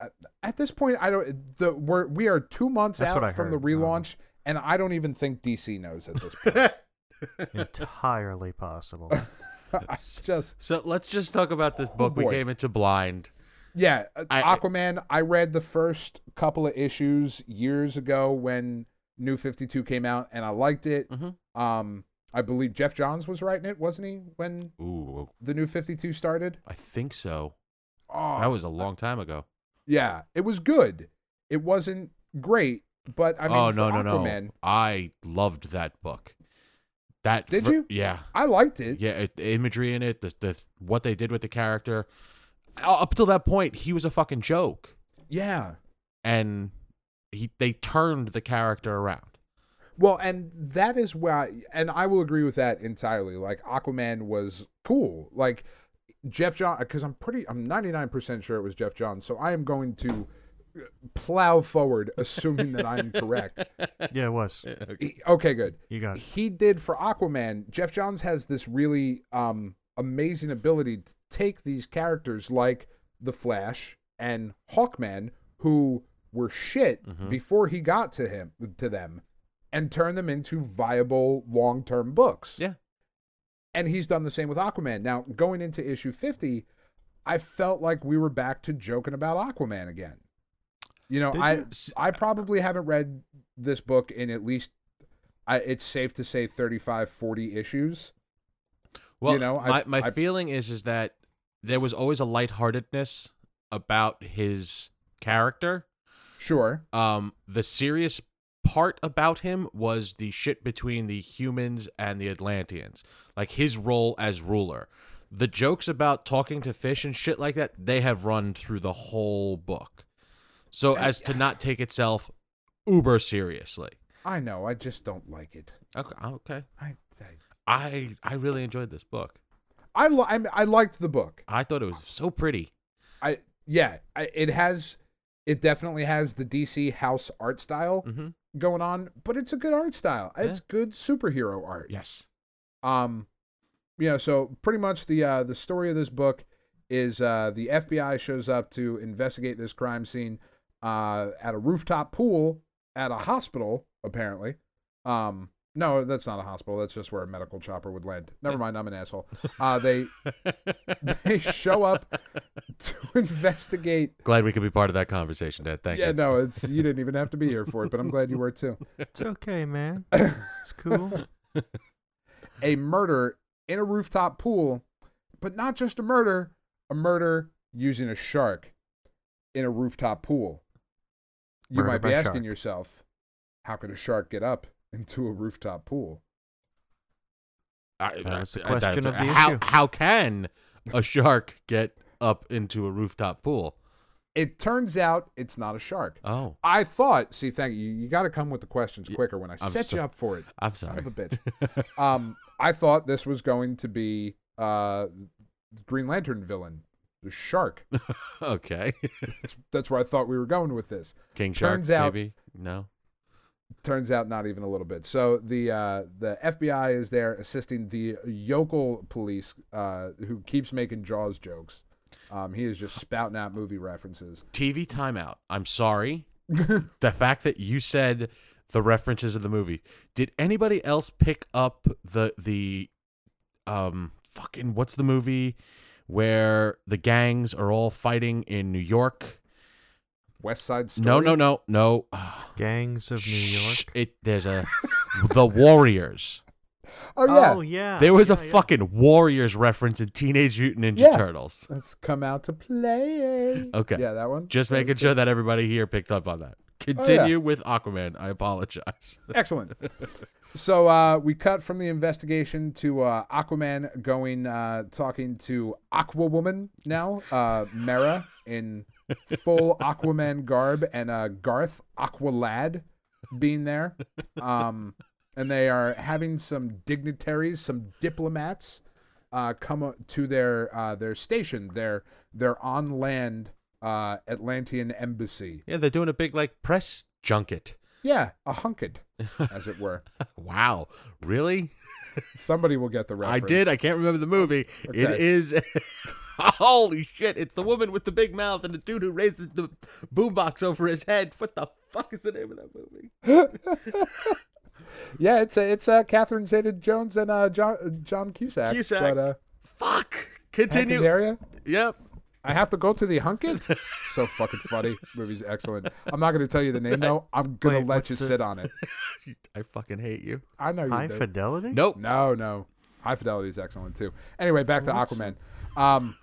at- at this point I don't the we're we are 2 months That's what I out from the heard. Um, I don't know. relaunch and I don't even think DC knows at this point. Entirely possible. it's just so let's just talk about this Oh, book we boy. came into blind. Yeah, uh, I- I- Aquaman. I read the first couple of issues years ago when New Fifty Two came out, and I liked it. Mhm. Um, I believe Jeff Johns was writing it, wasn't he, when Ooh, the New Fifty Two started? I think so. Oh, That was a long time ago. yeah. It was good. It wasn't great, but I mean, oh for no no Aquaman, no! I loved that book. That Did fir- you? Yeah, I liked it. yeah. It, the imagery in it, the, the what they did with the character. Uh, Up till that point, he was a fucking joke, Yeah, and he they turned the character around. Well, and that is why, and I will agree with that entirely. Like Aquaman was cool. Like Jeff John, because I'm pretty, I'm 99% sure it was Jeff John. So I am going to uh, plow forward, assuming that I'm correct. Yeah, it was. He- okay, good. You got it. He did for Aquaman. Jeff Johns has this really um, amazing ability to take these characters like the Flash and Hawkman, who were shit Mm-hmm. before he got to him to them, and turn them into viable long term books. Yeah. And he's done the same with Aquaman. Now, going into issue 50, I felt like we were back to joking about Aquaman again. You know, Did I you? I probably haven't read this book in at least I, it's safe to say 35 40 issues. Well, You know, I- my, my I- feeling is is that there was always a lightheartedness about his character. Sure. Um, the serious part about him was the shit between the humans and the Atlanteans, like his role as ruler. The jokes about talking to fish and shit like that, they have run through the whole book, so as to not take itself uber seriously. I know, I just don't like it. Okay, okay. I I I I really enjoyed this book. I, li- I, mean, I liked the book. I thought it was so pretty. I yeah, I, it has it definitely has the DC house art style Mm. Mhm. going on, but it's a good art style. It's good superhero art. Yes. Um, you know, so pretty much the uh, the story of this book is uh, the FBI shows up to investigate this crime scene uh, at a rooftop pool at a hospital, apparently. Um, no, that's not a hospital. That's just where a medical chopper would land. Never mind, I'm an asshole. Uh, they they show up to investigate Glad we could be part of that conversation, Dad. Thank yeah, you. no, it's you didn't even have to be here for it, but I'm glad you were too. It's okay, man. It's cool. a murder in a rooftop pool, but not just a murder, a murder using a shark in a rooftop pool. You Murder might be by asking shark. yourself, how could a shark get up into a rooftop pool? I- That was the I- I- question that's- of the how, issue. How can a shark get up into a rooftop pool? It turns out it's not a shark. Oh, I thought, see, thank you. You got to come with the questions quicker when I I'm set so- you up for it. I'm son sorry. of a bitch. um, I thought this was going to be uh, Green Lantern villain, the shark. okay. That's, that's where I thought we were going with this. King shark, Turns out- maybe? No. turns out not even a little bit. So the uh, the FBI is there assisting the yokel police uh, who keeps making Jaws jokes. Um, he is just spouting out movie references. TV timeout. I'm sorry. the fact that you said the references of the movie. Did anybody else pick up the the um fucking what's the movie where the gangs are all fighting in New York? West Side Story. No, no, no, no. Uh, Gangs of New Shh, York. It there's a the Warriors. Oh yeah, Oh yeah. There was a yeah, yeah. fucking Warriors reference in Teenage Mutant Ninja Yeah. Turtles. let's come out to play. Okay. Yeah, that one. Just That was making sure that everybody here picked up on that. Continue with Aquaman. I apologize. Excellent. So uh, we cut from the investigation to uh, Aquaman going uh, talking to Aqua Woman now, uh, Mara in full Aquaman garb, and uh, Garth Aqua Lad being there, um, and they are having some dignitaries, some diplomats, uh, come o- to their uh, their station, their their on land uh, Atlantean embassy. Yeah, they're doing a big like press junket. Yeah, a hunked, as it were. Wow. Really? Somebody will get the reference. I did. I can't remember the movie. It Okay. is Holy shit, it's the woman with the big mouth and the dude who raised the, the boombox over his head. What the fuck is the name of that movie? Yeah, it's uh, it's uh, Catherine Zeta-Jones and uh, John uh, John Cusack. Cusack. But, uh, Fuck. Hank Continue. Azaria, Yep. I have to go to the hunkin. so fucking funny. Movie's excellent. I'm not going to tell you the name though. I'm going Wait, to let what's you the- sit on it. I fucking hate you. I know you High do. fidelity. Nope. No, no. High Fidelity is excellent too. Anyway, back to Aquaman. Um,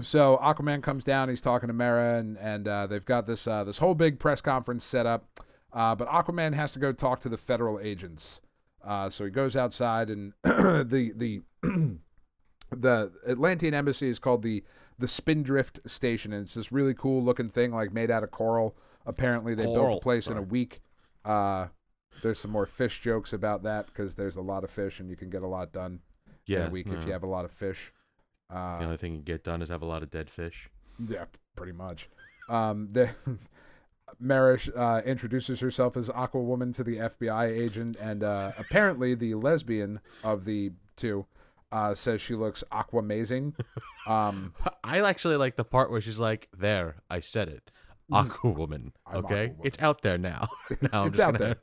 so Aquaman comes down. He's talking to Mara, and and uh, they've got this uh, this whole big press conference set up. Uh, but Aquaman has to go talk to the federal agents. Uh, so he goes outside, and the the the Atlantean embassy is called the the Spindrift Station, and it's this really cool looking thing, like made out of coral. Apparently, they built Coral, the place in a sorry. week. Uh, There's some more fish jokes about that because there's a lot of fish and you can get a lot done in Yeah. Mm-hmm. a week if yeah. you have a lot of fish. Uh, the only thing you get done is have a lot of dead fish. Yeah, p- pretty much. Um, the Marish uh, introduces herself as Aqua Woman to the FBI agent, and uh, apparently the lesbian of the two uh, says she looks aqua amazing. Um, I actually like the part where she's like, "There, I said it, Aquawoman." Mm. I'm Okay, Aquawoman. it's out there now. now I'm It's just out gonna-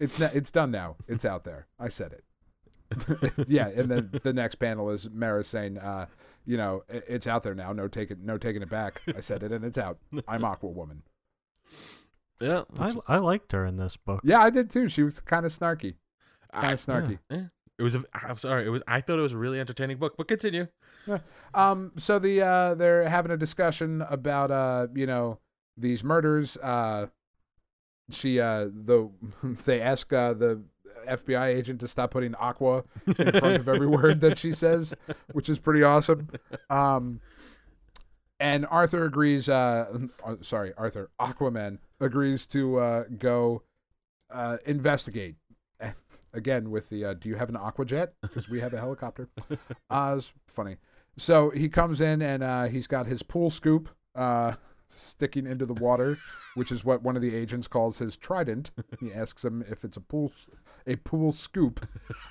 it's na- it's done now. It's out there. I said it. yeah, and then the next panel is Maris saying, uh, "You know, "I- it's out there now. No taking, no taking it back. I said it, and it's out. I'm Aqua Woman." yeah, I, I liked her in this book. Yeah, I did too. She was kind of snarky, kind I- of snarky. yeah. It was. A, I'm sorry. It was. I thought it was a really entertaining book, but continue. Um, so the uh, they're having a discussion about uh, you know these murders. Uh, she uh, the they ask uh, the FBI agent to stop putting aqua in front of every word that she says, which is pretty awesome. Um, and Arthur agrees. Uh, uh, sorry, Arthur Aquaman agrees to uh, go uh, investigate. Again, with the uh, do you have an aqua jet? Because we have a helicopter. Uh, it's funny. So he comes in and uh, he's got his pool scoop uh, sticking into the water, which is what one of the agents calls his trident. He asks him if it's a pool, a pool scoop.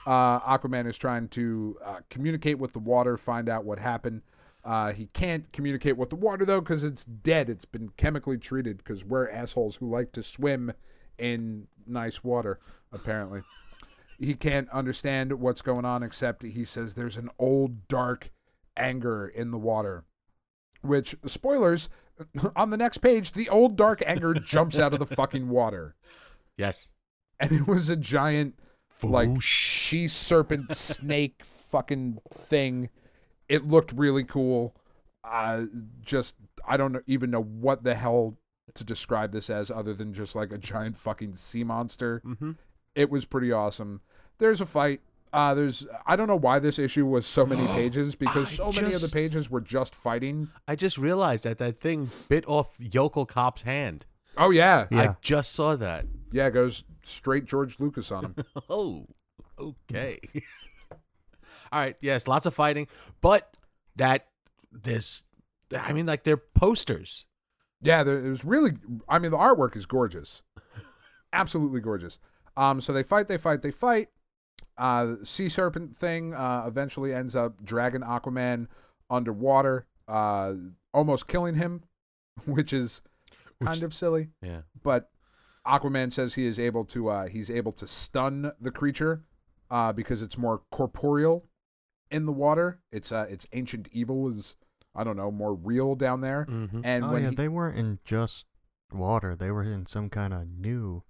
Uh, Aquaman is trying to uh, communicate with the water, find out what happened. Uh, he can't communicate with the water though because it's dead. It's been chemically treated because we're assholes who like to swim in nice water, apparently he can't understand what's going on except he says there's an old dark anger in the water which spoilers on the next page the old dark anger jumps out of the fucking water Yes. and it was a giant like she serpent snake fucking thing it looked really cool uh just i don't even know what the hell to describe this as other than just like a giant fucking sea monster Mhm. it was pretty awesome there's a fight uh there's i don't know why this issue was so many pages because so I many of the just- pages were just fighting I just realized that that thing bit off Yokel Cop's hand. oh yeah Yeah. I just saw that. yeah it goes straight george lucas on him Oh, okay. All right. Yes, lots of fighting, but that this. I mean, like they're posters. Yeah, there, it was really. I mean, the artwork is gorgeous, absolutely gorgeous. Um, so they fight, they fight, they fight. Uh, sea serpent thing uh, eventually ends up dragging Aquaman underwater, uh, almost killing him, which is kind of silly. Yeah. But Aquaman says he is able to. Uh, he's able to stun the creature uh, because it's more corporeal in the water. It's uh, it's ancient evil is I don't know more real down there. Mhm. And oh when yeah, he, they weren't in just water. They were in some kind of new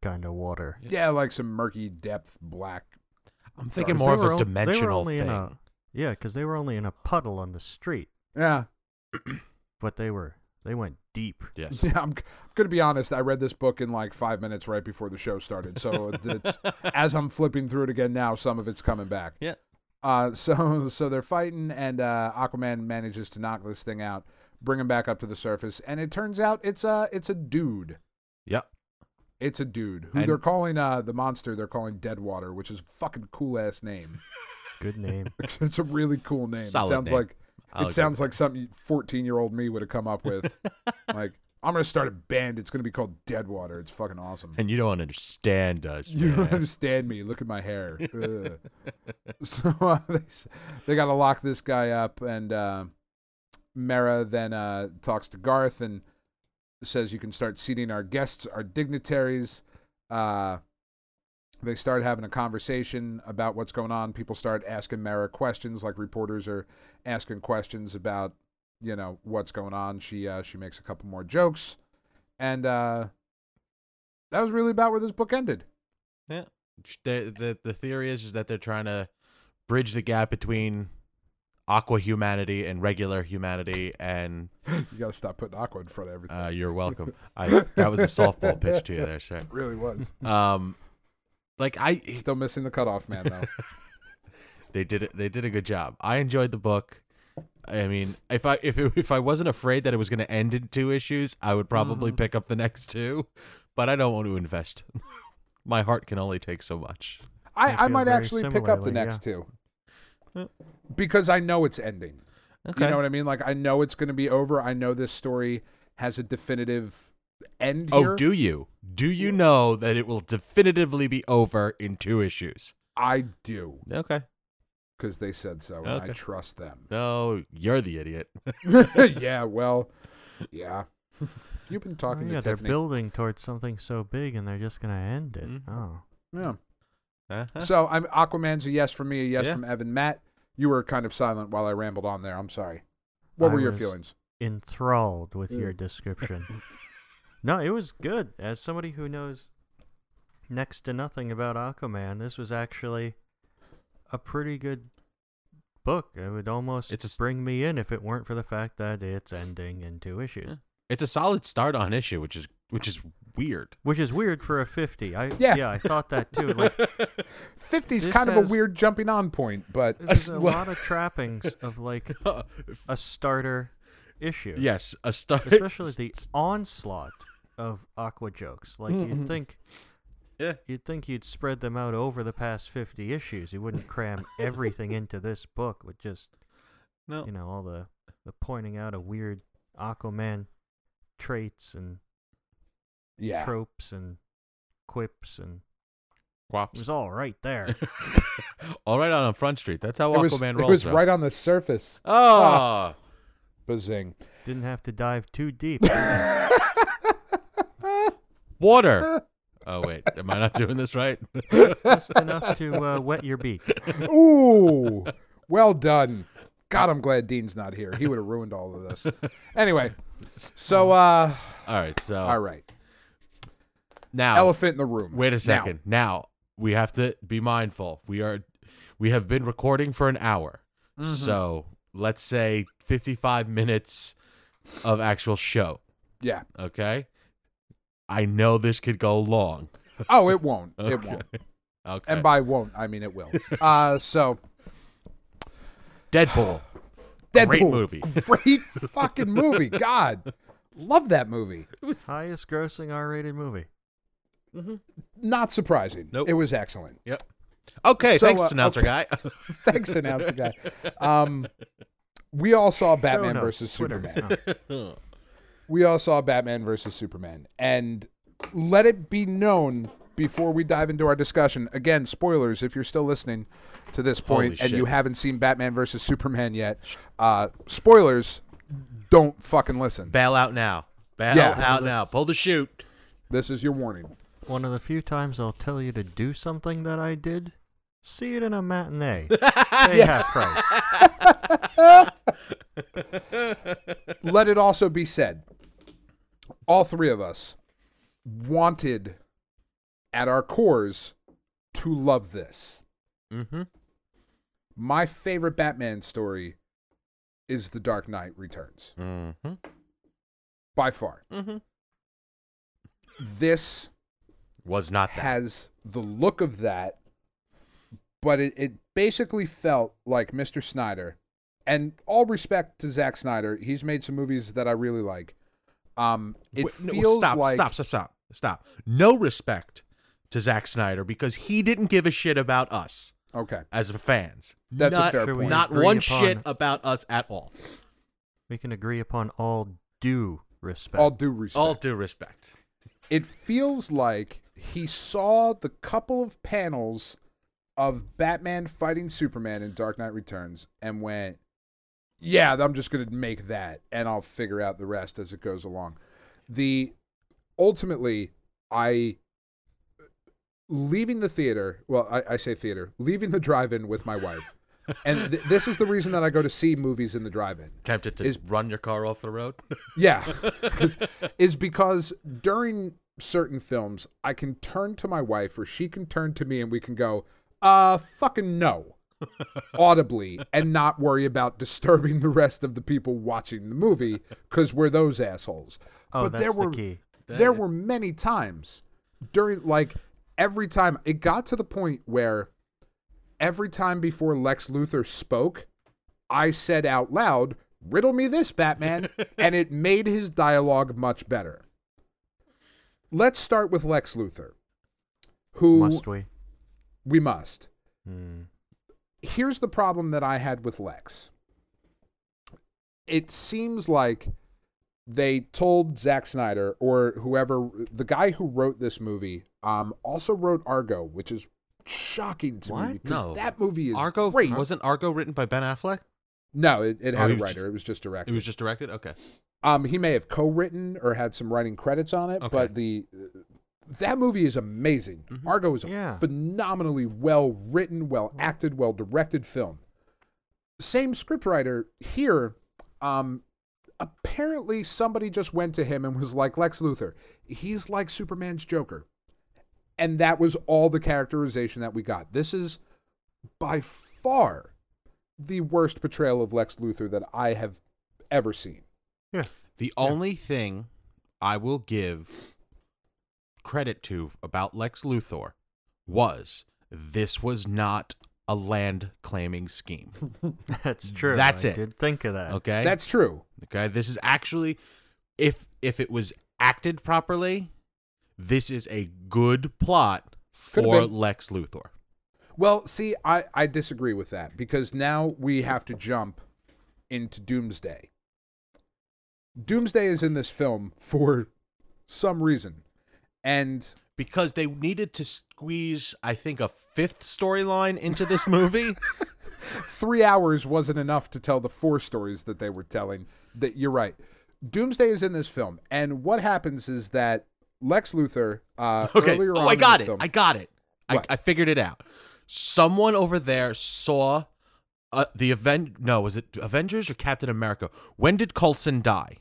kind of water. Yeah, like some murky depth black. I'm thinking 'Cause more they of were a on- they were dimensional only thing. In a, yeah, because they were only in a puddle on the street, Yeah. but they were they went deep. Yes. Yeah, I'm, I'm going to be honest. I read this book in like five minutes right before the show started. So it's, it's as I'm flipping through it again now, some of it's coming back. Yeah. Uh, so so they're fighting, and uh, Aquaman manages to knock this thing out, bring him back up to the surface, and it turns out it's a it's a dude. Yep. It's a dude who And- they're calling uh, the monster. They're calling Deadwater, which is a fucking cool ass name. Good name. it's a really cool name. it Solid sounds name. like I'll it agree sounds with like something 14 year old me would have come up with. like, I'm going to start a band. It's going to be called Deadwater. It's fucking awesome. And you don't understand us. You don't man. understand me. Look at my hair. Ugh. so uh, they, s- they got to lock this guy up. And uh, Mara then uh, talks to Garth and says, You can start seating our guests, our dignitaries. Uh, they start having a conversation about what's going on. People start asking Mara questions, like reporters are asking questions about, you know, what's going on. She uh, she makes a couple more jokes, and uh, that was really about where this book ended. Yeah. The, the the theory is, is that they're trying to bridge the gap between aqua humanity and regular humanity and You gotta stop putting aqua in front of everything. uh, you're welcome. I that was a softball pitch to you there, sir. It really was. Um like I Still missing the cutoff man though. they did it they did a good job. I enjoyed the book. I mean, if I if it, if I wasn't afraid that it was going to end in two issues, I would probably pick up the next two. but I don't want to invest. My heart can only take so much. I, I I feel might very actually pick up the similarly, next two Yeah. because I know it's ending. Okay. You know what I mean? Like I know it's going to be over. I know this story has a definitive end oh, here. do you? Do you know that it will definitively be over in two issues? I do Okay. because they said so, and I Okay. trust them. No, you're the idiot. yeah, well, yeah. You've been Oh, talking yeah, to they're Tiffany. building towards something so big, and they're just gonna end it. Mhm. Oh, yeah. Uh-huh. So I'm Aquaman's a yes from me, a yes Yeah. from Evan. Matt, you were kind of silent while I rambled on there. I'm sorry. What I were your was- feelings? enthralled with your description. no, it was good. As somebody who knows next to nothing about Aquaman, this was actually a pretty good book. It would almost It's a s- bring me in if it weren't for the fact that it's ending in two issues, Yeah. It's a solid start on issue, which is which is weird. which is weird for a fifty. I Yeah. yeah, I thought that too. Like 50's This kind of a has- weird jumping on point, but there's s- a well- lot of trappings of like a starter issue. yes, a start. especially the onslaught of aqua jokes. Like Mm-hmm. you'd think, Yeah. you'd think you'd spread them out over the past fifty issues. You wouldn't cram everything into this book with just Oh. No. you know all the the pointing out of weird Aquaman traits and yeah. tropes and quips and it Quaps. was all right there. All right, on Front Street. That's how It was, Aquaman it rolls. was though. right on the surface. Oh, Bazing. Didn't have to dive too deep. water. Oh wait, am I not doing this right? Just enough to uh, wet your beak. Ooh, well done. God, I'm glad Dean's not here. He would have ruined all of this. Anyway, so uh, All right, so all right. now Elephant in the room. Wait Now. a second. Now. we have to be mindful. We are we have been recording for an hour. Mm-hmm. So, let's say 55 minutes of actual show, Yeah. okay? I know this could go long. Oh, it won't. It Okay. won't. Okay. And by won't, I mean it will. Uh, so Deadpool. Deadpool, Great movie. great fucking movie. God, love that movie. Highest grossing R-rated movie. Not surprising. Nope. It was excellent. Yep. Okay, So, thanks uh, announcer guy. Thanks, announcer guy. Um, we all saw Batman Oh, no, versus Twitter. Oh. Superman. we all saw Batman versus Superman. And let it be known before we dive into our discussion again, spoilers if you're still listening to this point Holy and you shit. haven't seen Batman versus Superman yet, uh, spoilers, don't fucking listen. Bail out now. Bail Yeah. out now. Pull the chute. This is your warning. One of the few times I'll tell you to do something that I did, see it in a matinee. They have price. let it also be said all three of us wanted at our cores to love this. Mhm. My favorite Batman story is The Dark Knight Returns Mhm. by far. Mhm. This Was not that. has the look of that, but it, it basically felt like Mr. Snyder. And all respect to Zack Snyder, he's made some movies that I really like. Um, it Wait, no, feels stop, like stop, stop, stop, stop. No respect to Zack Snyder because he didn't give a shit about us okay. as fans. That's a not, fair Sure we point. Not agree one upon- shit about us at all. We can agree upon all due respect. All due respect. All due respect. it feels like he saw the couple of panels of Batman fighting Superman in Dark Knight Returns and went, "Yeah, I'm just going to make that and I'll figure out the rest as it goes along." The ultimately I leaving the theater, well, I, I say theater, leaving the drive-in with my wife. And th- this is the reason that I go to see movies in the drive-in. Tempted to Is- run your car off the road. Yeah. 'Cause- is because during certain films, I can turn to my wife or she can turn to me and we can go, uh, fucking no, audibly, and not worry about disturbing the rest of the people watching the movie because we're those assholes. oh, but that's there the were key. there were many times during like every time it got to the point where every time before Lex Luthor spoke, I said out loud, "Riddle me this, Batman," and it made his dialogue much better. Let's start with Lex Luthor, who Must we? we must. Hmm. Here's the problem that I had with Lex. It seems like they told Zack Snyder or whoever, the guy who wrote this movie, um, also wrote Argo, which is shocking to me What? because No. that movie is Argo great. wasn't Argo written by Ben Affleck? no, it, it Oh, had he a was writer. just- it was just directed. It was just directed. Okay. Um, he may have co-written or had some writing credits on it, Okay. but the that movie is amazing. Argo is a Yeah. phenomenally well written, well acted, well directed film. Same scriptwriter here. Um, apparently, somebody just went to him and was like, "Lex Luthor, he's like Superman's Joker," and that was all the characterization that we got. This is by far the worst portrayal of Lex Luthor that I have ever seen. Yeah. The only thing I will give credit to about Lex Luthor was this was not a land claiming scheme. Mm, That's true. That's I it. Did think of that. Okay. That's true. okay. This is actually if if it was acted properly, this is a good plot Could've for been. Lex Luthor. Well, see, I, I disagree with that because now we have to jump into Doomsday. Doomsday is in this film for some reason. And Because they needed to squeeze, I think, a fifth storyline into this movie. three hours wasn't enough to tell the four stories that they were telling. That you're right. Doomsday is in this film, and what happens is that Lex Luthor uh, Okay. earlier oh, on I in got the it. film- I got it. I, What? I figured it out. Someone over there saw uh, the event. No, was it Avengers or Captain America? When did Coulson die?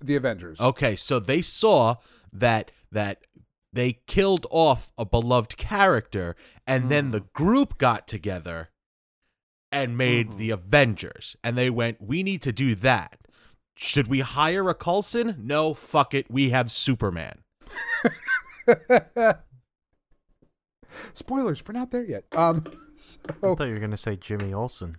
the Avengers. Okay, so they saw that that they killed off a beloved character, and then Hmm. the group got together and made Hmm. the Avengers, and they went, "We need to do that." Should we hire a Coulson? No, fuck it. We have Superman. Spoilers, we're not there yet. Um, I so, thought you were gonna say Jimmy Olsen.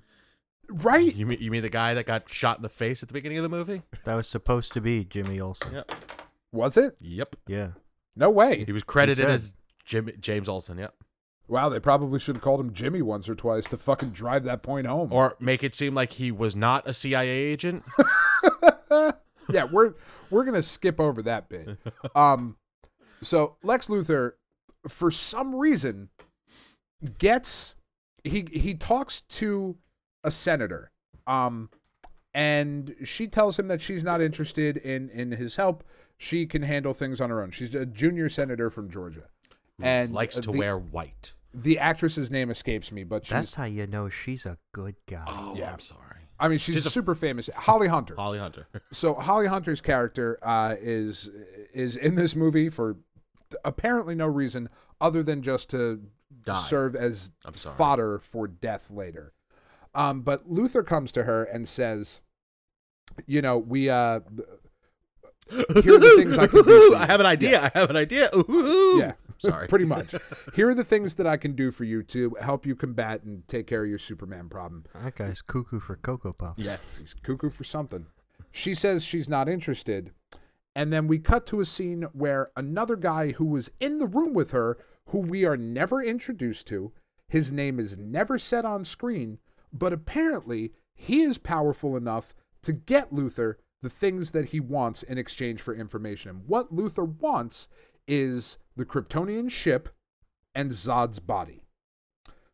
right? You mean you mean the guy that got shot in the face at the beginning of the movie? That was supposed to be Jimmy Olsen. Yep. Was it? Yep. Yeah. No way. He was credited said- as Jim, James Olsen. Yep. Wow, they probably should have called him Jimmy once or twice to fucking drive that point home. Or make it seem like he was not a CIA agent. yeah, we're we're gonna skip over that bit. Um, so Lex Luthor, for some reason, gets he he talks to a senator, um, and she tells him that she's not interested in in his help. She can handle things on her own. She's a junior senator from Georgia, and likes to the, wear white. The actress's name escapes me, but she's That's how you know she's a good guy. Oh, yeah. I'm sorry. I mean she's, she's a- super famous. Holly Hunter. Holly Hunter. so Holly Hunter's character uh, is is in this movie for apparently no reason other than just to Die. serve as I'm sorry. fodder for death later. Um, but Luther comes to her and says, "You know, we uh, Here are the things I can do for you. I have an idea. I have an idea. Ooh. yeah, Sorry. pretty much. Here are the things that I can do for you to help you combat and take care of your Superman problem. That guy's cuckoo for cocoa puff. Yes. He's cuckoo for something. She says she's not interested. And then we cut to a scene where another guy who was in the room with her, who we are never introduced to, his name is never said on screen, but apparently he is powerful enough to get Luther the things that he wants in exchange for information. And what Luther wants is the Kryptonian ship and Zod's body.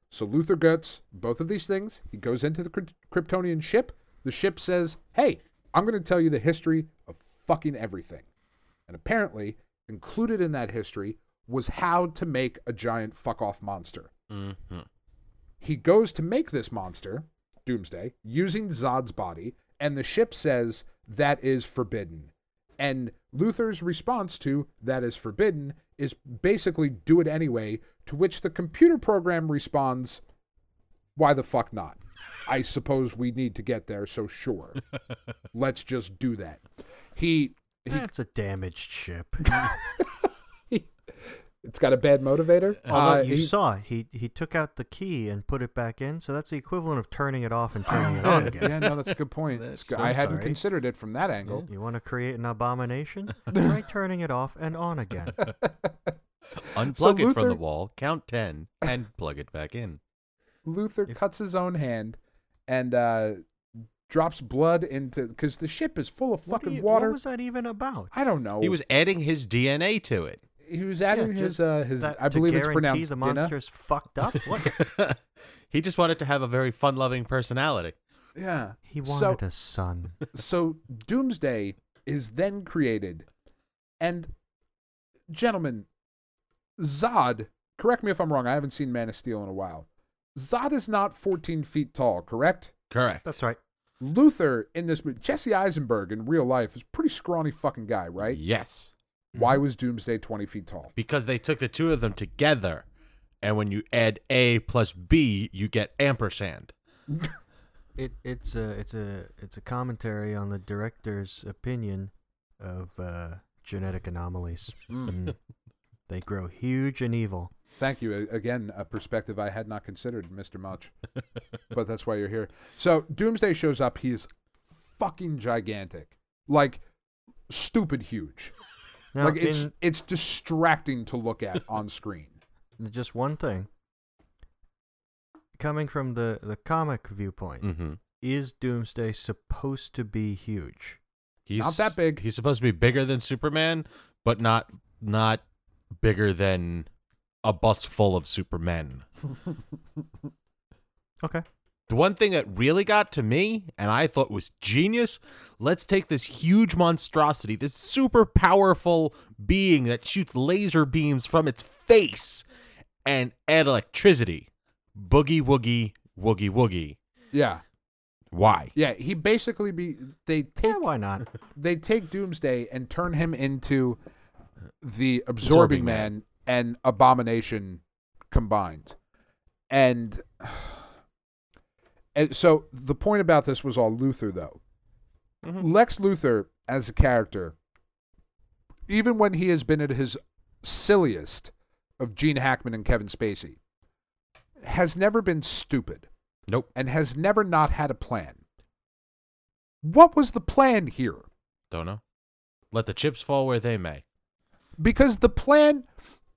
So Luther gets both of these things. He goes into the Krypt- Kryptonian ship. The ship says, Hey, I'm going to tell you the history of fucking everything. And apparently, included in that history was how to make a giant fuck off monster. hmm He goes to make this monster, Doomsday, using Zod's body, and the ship says, That is forbidden. And Luther's response to that is forbidden is basically do it anyway, to which the computer program responds, why the fuck not? I suppose we need to get there, so sure. Let's just do that. He That's a damaged ship. It's got a bad motivator. Although Uh, you he- saw, he he took out the key and put it back in, so that's the equivalent of turning it off and turning it on again. yeah, no, that's a good point. That's- It's go- I'm I hadn't sorry. considered it from that angle. You want to create an abomination? Try turning it off and on again. Unplug So it from Luther- the wall, count 10, and plug it back in. Luther If- cuts his own hand and uh, drops blood into because the ship is full of What do fucking you- water. What was that even about? I don't know. He was adding his DNA to it. he was adding Yeah, his just uh, his that I to believe it's guarantee pronounced the dinner. monster's fucked up. What? he just wanted to have a very fun loving personality. Yeah, He so, wanted a son. so Doomsday is then created, and gentlemen, Zod. Correct me if I'm wrong. I haven't seen Man of Steel in a while. Zod is not 14 feet tall, correct? Correct. That's right. Luther in this movie, Jesse Eisenberg in real life is a pretty scrawny fucking guy, right? Yes. Why was Doomsday 20 feet tall? Because they took the two of them together, and when you add A plus B, you get ampersand. It it's a it's a it's a commentary on the director's opinion of uh, genetic anomalies. Hmm. Mm. they grow huge and evil. Thank you. A- Again, a perspective I had not considered, Mr. Much. but that's why you're here. So Doomsday shows up. He is fucking gigantic. Like, stupid huge. Now, like, it's, in it's distracting to look at on screen. just one thing. Coming from the the comic viewpoint, Mm-hmm. is Doomsday supposed to be huge? He's Not that big. He's supposed to be bigger than Superman, but not not bigger than a bus full of Supermen. Okay. The one thing that really got to me, and I thought was genius, let's take this huge monstrosity, this super powerful being that shoots laser beams from its face, and add electricity. Boogie woogie woogie woogie. Yeah. Why? Yeah. He basically be. They take Yeah, why not? they take Doomsday and turn him into the absorbing, Absorbing man, Man. and abomination combined. And, and so the point about this was all Luther though. Lex Luthor as a character even when he has been at his silliest of Gene Hackman and Kevin Spacey has never been stupid Nope. and has never not had a plan. What was the plan here? Don't know. Let the chips fall where they may. because the plan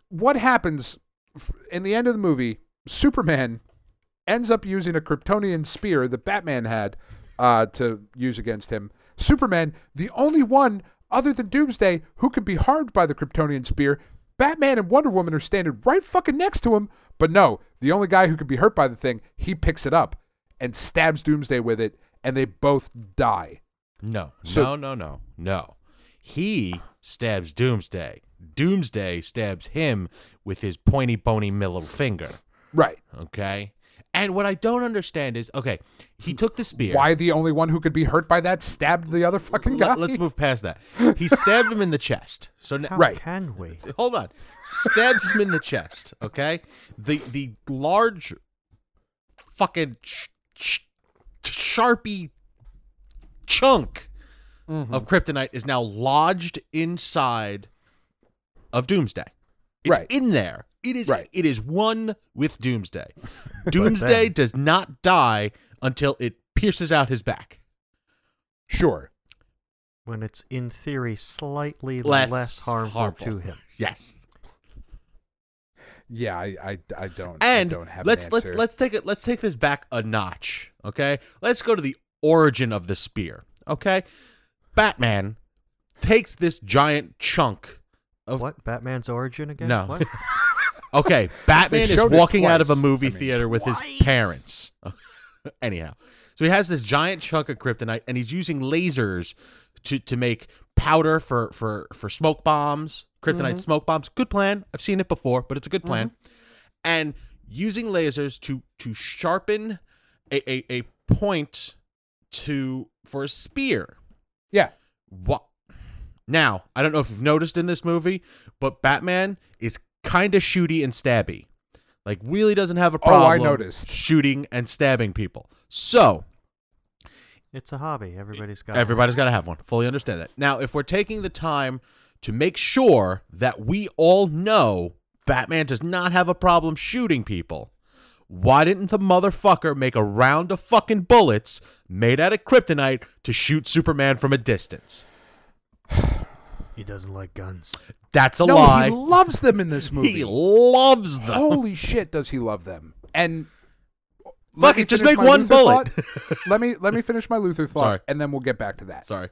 what happens f- in the end of the movie superman ends up using a kryptonian spear that batman had uh, to use against him superman the only one other than doomsday who can be harmed by the kryptonian spear batman and wonder woman are standing right fucking next to him but no the only guy who could be hurt by the thing he picks it up and stabs doomsday with it and they both die No, So- no, no, no, no. He stabs Doomsday. Doomsday stabs him with his pointy, bony middle finger. right Okay. And what I don't understand is, okay, he took the spear. why the only one who could be hurt by that stabbed the other fucking guy Let, us move past that. He stabbed him in the chest. So now, How Right. can we? hold on. Stabs him in the chest. Okay. The the large, fucking ch- ch- sharpie chunk Mm-hmm. of kryptonite is now lodged inside of Doomsday. It's Right. in there. It is Right. it is one with Doomsday. Doomsday then- does not die until it pierces out his back. sure When it's in theory slightly Less less, harmful, harmful. to him. Yes. Yeah, I, I, I don't. And I don't have let's an let's answer. let's take it let's take this back a notch, okay? Let's go to the origin of the spear, okay? Batman takes this giant chunk of What? Batman's origin again? No. What? Okay, Batman is showed it walking out of a twice. movie I mean, theater with his parents. Anyhow, so he has this giant chunk of kryptonite, and he's using lasers to to make powder for for for smoke bombs, kryptonite Mm-hmm. smoke bombs. Good plan. I've seen it before, but it's a good plan. And using lasers to to sharpen a a, a point to for a spear. Yeah, What? Now, I don't know if you've noticed in this movie, but Batman is kind of shooty and stabby. Like, really doesn't have a Oh, I problem noticed. shooting and stabbing people. So, It's a hobby. Everybody's got everybody's got to have one. Fully understand that. Now, if we're taking the time to make sure that we all know Batman does not have a problem shooting people. Why didn't the motherfucker make a round of fucking bullets made out of kryptonite to shoot Superman from a distance? He doesn't like guns. That's a no, lie. he loves them in this movie. Oh. He loves them. Holy shit, does he love them? And Fuck let me it, just finish make my one Luther bullet. thought. let me let me finish my Luther thought, Sorry. and then we'll get back to that. Sorry.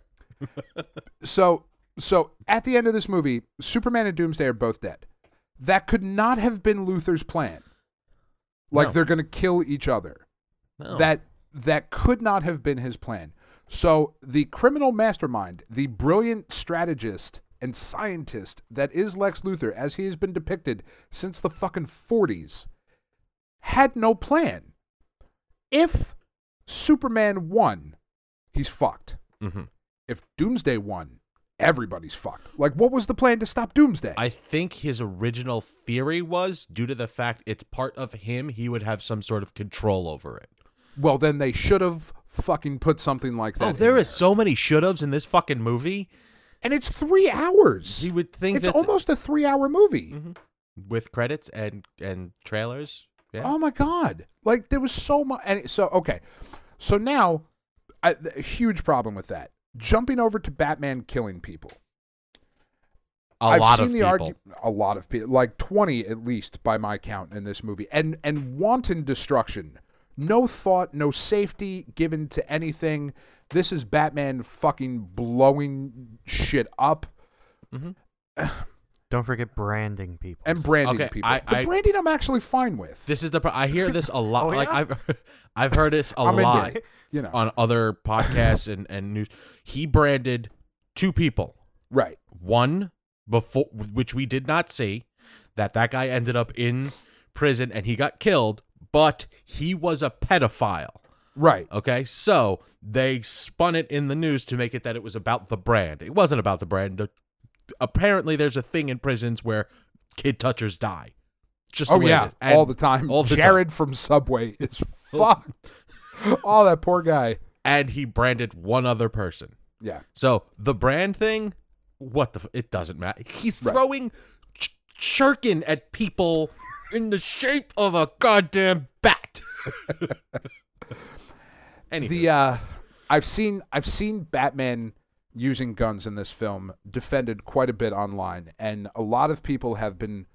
So so at the end of this movie, Superman and Doomsday are both dead. That could not have been Luther's plan. Like No. they're gonna kill each other. No. That that could not have been his plan. So the criminal mastermind, the brilliant strategist and scientist that is Lex Luthor, as he has been depicted since the fucking forties, had no plan. If Superman won, he's fucked. Mhm. If Doomsday won, everybody's fucked. Like, what was the plan to stop Doomsday? I think his original theory was due to the fact it's part of him, he would have some sort of control over it. well, then they should have fucking put something like that. Oh, in there is so many should haves in this fucking movie. and it's three hours. You would think it's that the- Mm, almost a three-hour movie. with credits and and trailers. Yeah. Oh my god! Like there was so much. And it- so okay, so now I, th- a huge problem with that. Jumping over to Batman killing people. a I've lot seen of the people. argu- a lot of people, like twenty at least by my count in this movie, and and wanton destruction. No thought, no safety given to anything. This is Batman fucking blowing shit up Don't forget branding people. and branding Okay, people. I- the I- branding I'm actually fine with. This is the. Pro- I hear this a lot. Oh, Like yeah? I've, I've heard this a I'm into lot it, you know, on other podcasts and and news. He branded two people. right? One before, which we did not see, that that guy ended up in prison and he got killed, but he was a pedophile. Right. Okay, so they spun it in the news to make it that it was about the brand. It wasn't about the brand. The- Apparently, there's a thing in prisons where kid touchers die. Just the oh way it yeah, is. And- all the time. all the time. Jared from Subway is fucked. oh, that poor guy. And he branded one other person. Yeah, So the brand thing, what the? F- it doesn't matter. He's Right. throwing ch- shirkin at people in the shape of a goddamn bat. Anywho, the uh, I've seen I've seen Batman using guns in this film defended quite a bit online, and a lot of people have been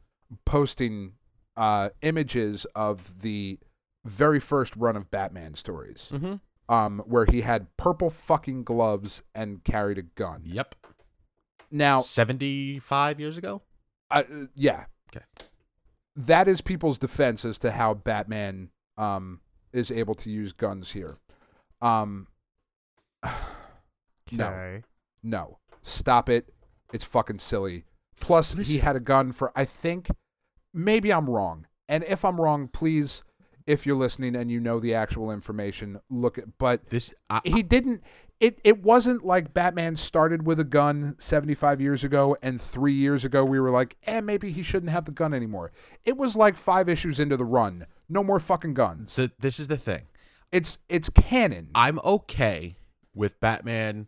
posting uh, images of the very first run of Batman stories, Mhm. um, where he had purple fucking gloves and carried a gun. yep, Now, seventy-five years ago. I- uh, yeah. Okay. That is people's defense as to how Batman um, is able to use guns here. Um, no. Okay. no, stop it. It's fucking silly. Plus, he had a gun for I think maybe I'm wrong, and if I'm wrong, please, if you're listening and you know the actual information, look at. But This I, he didn't it it wasn't like Batman started with a gun 75 years ago and 3 years ago we were like, "Eh, maybe he shouldn't have the gun anymore." It was like 5 issues into the run. No more fucking guns. So this is the thing. It's it's canon. I'm okay with Batman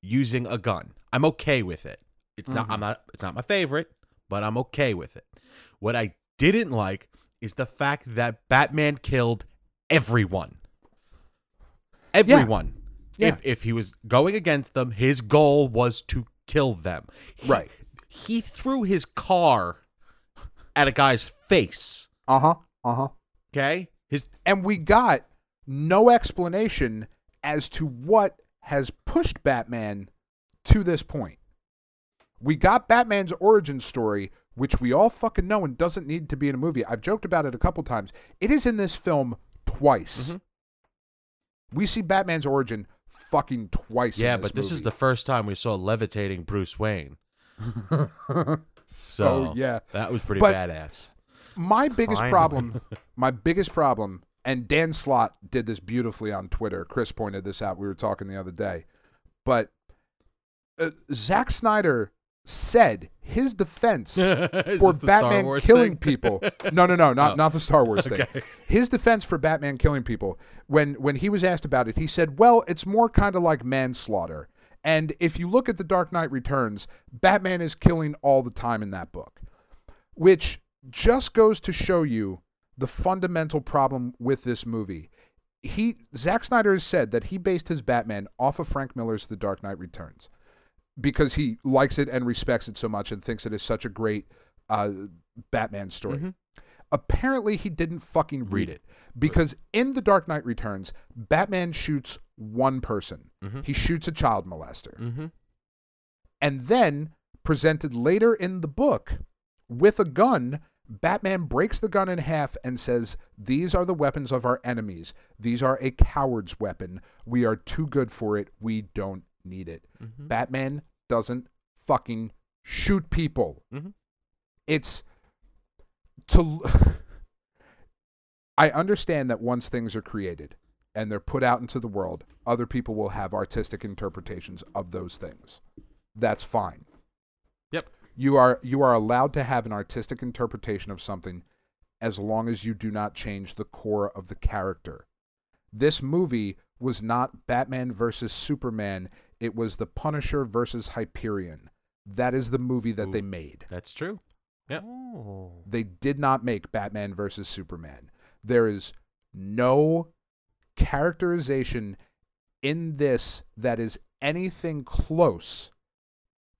using a gun. I'm okay with it. It's not Mm-hmm. I'm not it's not my favorite, but I'm okay with it. What I didn't like is the fact that Batman killed everyone. Everyone. Yeah. If if he was going against them, his goal was to kill them. He- Right. He threw his car at a guy's face. Uh-huh. Uh-huh. Okay? His And we got no explanation as to what has pushed Batman to this point. We got Batman's origin story, which we all fucking know and doesn't need to be in a movie. I've joked about it a couple times. It is in this film twice. We see Batman's origin fucking twice. in Mm-hmm. Yeah, but this is the movie. first time we saw levitating Bruce Wayne. So So, Oh, yeah. that was pretty But- badass. my biggest Finally. problem my biggest problem and dan slot did this beautifully on twitter chris pointed this out we were talking the other day but uh, Zack snyder said his defense Is for this the Star batman Wars killing thing? people no no no not, Oh. not the star wars thing Okay. his defense for batman killing people when when he was asked about it he said well it's more kind of like manslaughter and if you look at the dark knight returns batman is killing all the time in that book which just goes to show you the fundamental problem with this movie. He Zack Snyder has said that he based his Batman off of Frank Miller's The Dark Knight Returns because he likes it and respects it so much and thinks it is such a great uh, Batman story. Mm-hmm. Apparently, he didn't fucking read it because in The Dark Knight Returns, Batman shoots one person. He shoots a child molester Mm-hmm. and then presented later in the book with a gun batman breaks the gun in half and says these are the weapons of our enemies these are a coward's weapon we are too good for it we don't need it batman doesn't fucking shoot people Mhm. it's to i understand that once things are created and they're put out into the world other people will have artistic interpretations of those things that's fine. Yep. You are you are allowed to have an artistic interpretation of something as long as you do not change the core of the character. This movie was not Batman versus Superman, it was The Punisher versus Hyperion. That is the movie that they Ooh. made. That's true. Yep. Oh. They did not make Batman versus Superman. There is no characterization in this that is anything close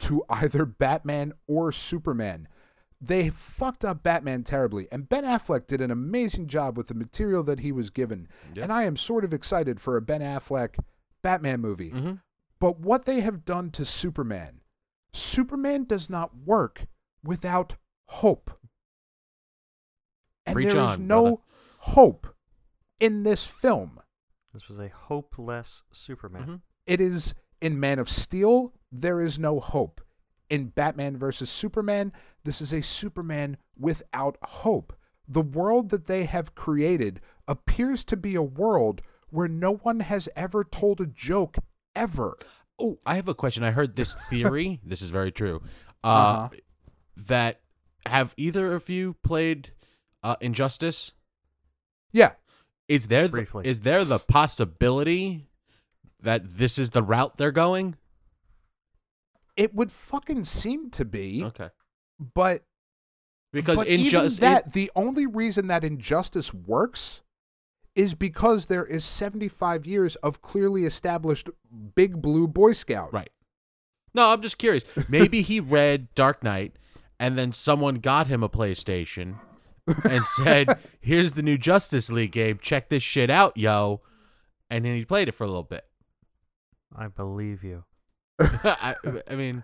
to either Batman or Superman. They fucked up Batman terribly, and Ben Affleck did an amazing job with the material that he was given. Yep. And I am sort of excited for a Ben Affleck Batman movie. Mm-hmm. But what they have done to Superman, Superman does not work without hope. And there Preach is on, no brother. hope in this film. This was a hopeless Superman. Mhm. It is in Man of Steel, there is no hope. In Batman versus Superman, this is a Superman without hope. The world that they have created appears to be a world where no one has ever told a joke ever. Oh, I have a question. I heard this theory. this is very true. Uh-huh. Uh, That have either of you played uh, Injustice? Yeah, Is there the, Briefly. is there the possibility that this is the route they're going? it would fucking seem to be, Okay. but Because but Injustice even that the only reason that injustice works is because there is 75 years of clearly established big blue boy scout. Right. No, I'm just curious. Maybe he read Dark Knight and then someone got him a PlayStation and said, "Here's the new Justice League game. Check this shit out, yo." And then he played it for a little bit. Mm-hmm. I believe you. I, I mean,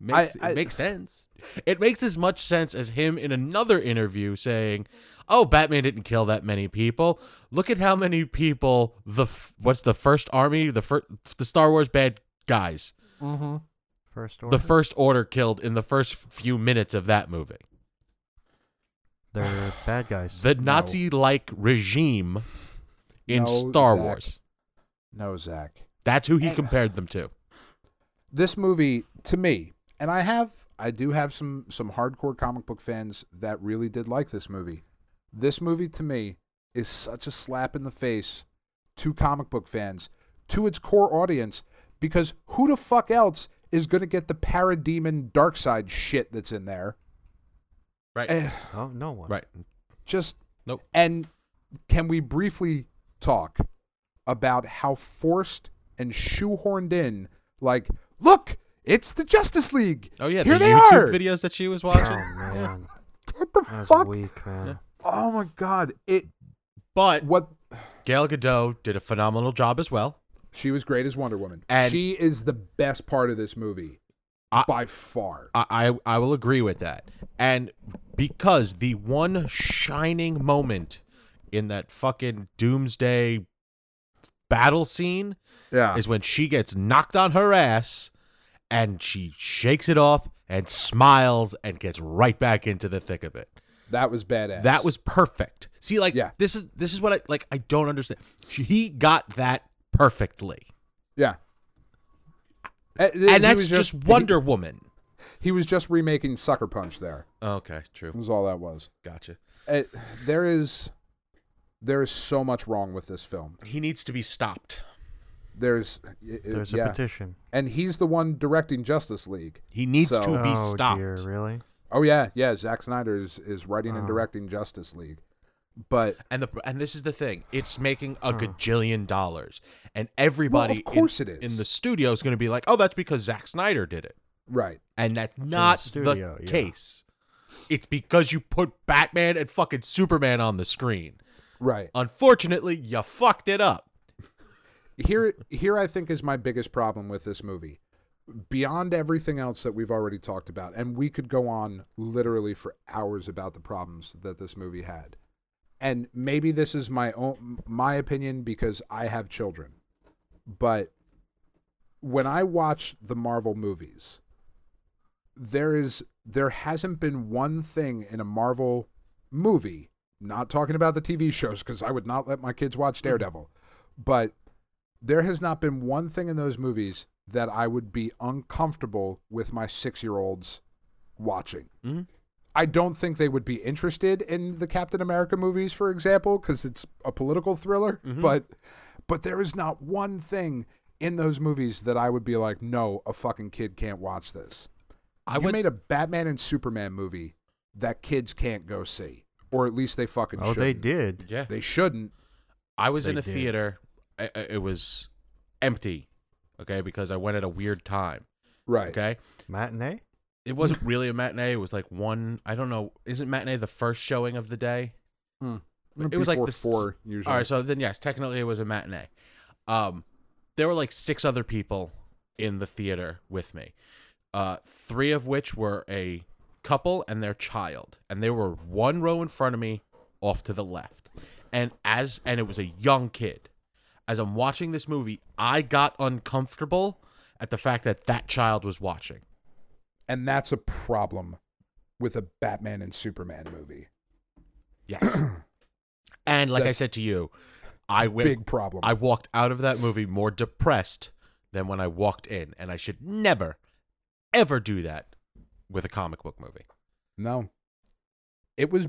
makes, I- it makes sense. It makes as much sense as him in another interview saying, "Oh, Batman didn't kill that many people. Look at how many people the f- what's the first army, the first the Star Wars bad guys, First the order. first order killed in the first few minutes of that movie. They're bad guys. The Nazi-like regime in No, Star Zach. Wars. No, Zach. That's who he And- compared them to. This movie to me, and I have I do have some some hardcore comic book fans that really did like this movie. This movie to me is such a slap in the face to comic book fans, to its core audience, because who the fuck else is going to get the parademon dark side shit that's in there? Right. Eh, oh, no one. right. just Nope. and can we briefly talk about how forced and shoehorned in like look it's the justice league Oh yeah, here the they YouTube are videos that she was Oh watching. man, what the that was fuck weak, man. Yeah. oh my god it But what Gail Godot did a phenomenal job as well. she was great as wonder woman And- she is the best part of this movie I- by far I, I I will agree with that. And because the one shining moment in that fucking doomsday battle scene yeah is when she gets knocked on her ass and she shakes it off and smiles and gets right back into the thick of it. that was badass That was perfect. See like Yeah. this is this is what I like I don't understand. He got that perfectly. yeah And that's just, Wonder Woman. he was just remaking sucker punch there Okay, true. was all that was Gotcha. Uh there is there is so much wrong with this film. He needs to be stopped. There's it- it- There's yeah. a petition. and he's the one directing Justice League. He needs So- to be oh stopped. dear, really? Oh yeah, yeah. Zack Snyder is, is writing and Wow. directing Justice League, but And the and this is the thing, it's making a gajillion dollars, and everybody in- course it is. in the studio is going to be like, "Oh, that's because Zack Snyder did it," right, and that's not the, studio, yeah. case. It's because you put Batman and fucking Superman on the screen. right. Unfortunately, you fucked it up. here here I think is my biggest problem with this movie. Beyond everything else that we've already talked about, and we could go on literally for hours about the problems that this movie had. And maybe this is my own my opinion because I have children. But when I watch the Marvel movies, there is there hasn't been one thing in a Marvel movie, not talking about the TV shows cuz I would not let my kids watch Daredevil, but there has not been one thing in those movies that I would be uncomfortable with my six year olds watching. Mhm. I don't think they would be interested in the Captain America movies, for example, because it's a political thriller. But but there is not one thing in those movies that I would be like, no, a fucking kid can't watch this. I you went, made a Batman and Superman movie that kids can't go see, or at least they fucking Oh, they shouldn't. did. yeah. They shouldn't. I was in They a did. theater. I, I- it was empty, okay, because I went at a weird time. Right. Okay, Matinee? it wasn't really a matinee. It was like one. I don't know. Isn't matinee the first showing of the day? Hmm. It was like Before the s- four usually. All right, so then yes, technically it was a matinee. Um, there were like six other people in the theater with me, uh, three of which were a couple and their child, and they were one row in front of me, off to the left, and as and it was a young kid. As I'm watching this movie, I got uncomfortable at the fact that that child was watching. and that's a problem with a Batman and Superman movie. Yes, and like I That's- said to you, I went Big problem. I walked out of that movie more depressed than when I walked in, and I should never, ever do that with a comic book movie. no. It was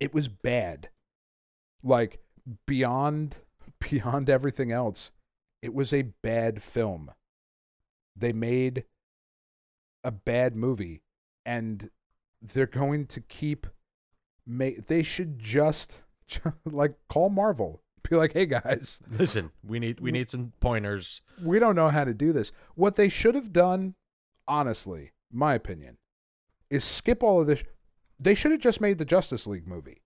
it was bad. Like beyond beyond everything else, it was a bad film. They made a bad movie and they're going to keep ma- they should just like call Marvel. Be like, "Hey guys, Listen, we need we need some pointers. we don't know how to do this. What they should have done, honestly, my opinion, is skip all of this. They should have just made the Justice League movie.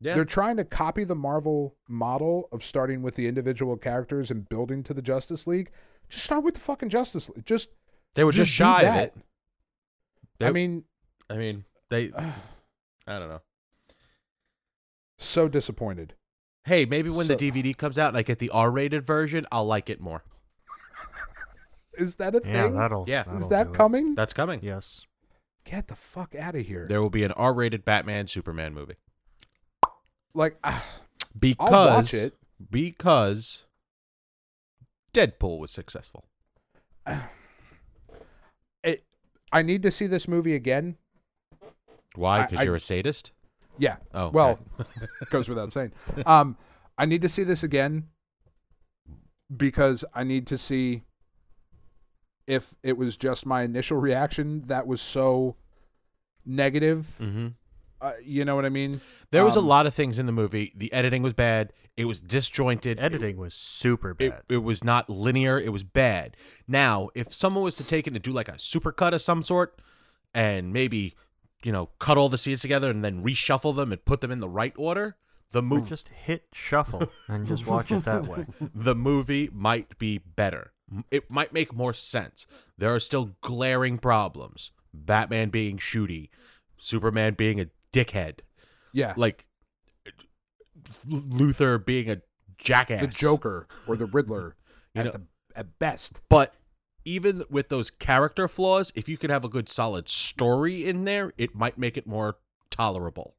They're trying to copy the Marvel model of starting with the individual characters and building to the Justice League. Just start with the fucking Justice League. Just they were just, just do shy of that. it. They- I mean, I mean, they. I don't know. so disappointed. Hey, maybe when So- the DVD comes out and I get the R-rated version, I'll like it more. Is that a thing? Yeah, that'll. Yeah. that'll is do that it. coming? That's coming. Yes. Get the fuck out of here. There will be an R-rated Batman Superman movie like, ah, because I'll watch it. because Deadpool was successful. it. I need to see this movie again. Why? I- Because I- you're a sadist. Yeah. Oh, okay. well, goes without saying. Um, I need to see this again because I need to see if it was just my initial reaction that was so negative. Mm-hmm. Uh, you know what I mean? There was a Um, lot of things in the movie. The editing was bad. It was disjointed. Editing was super It, bad. it, it was not linear. It was bad. Now, if someone was to take it and do like a supercut of some sort, and maybe you know cut all the scenes together and then reshuffle them and put them in the right order, the Or movie just hit shuffle and just watch it that way. the movie might be better. M- It might make more sense. There are still glaring problems. Batman being shooty, Superman being a dickhead, Yeah. like L- Luther being a jackass. the Joker or the Riddler You at know- the at best. But even with those character flaws, if you can have a good solid story in there, it might make it more tolerable.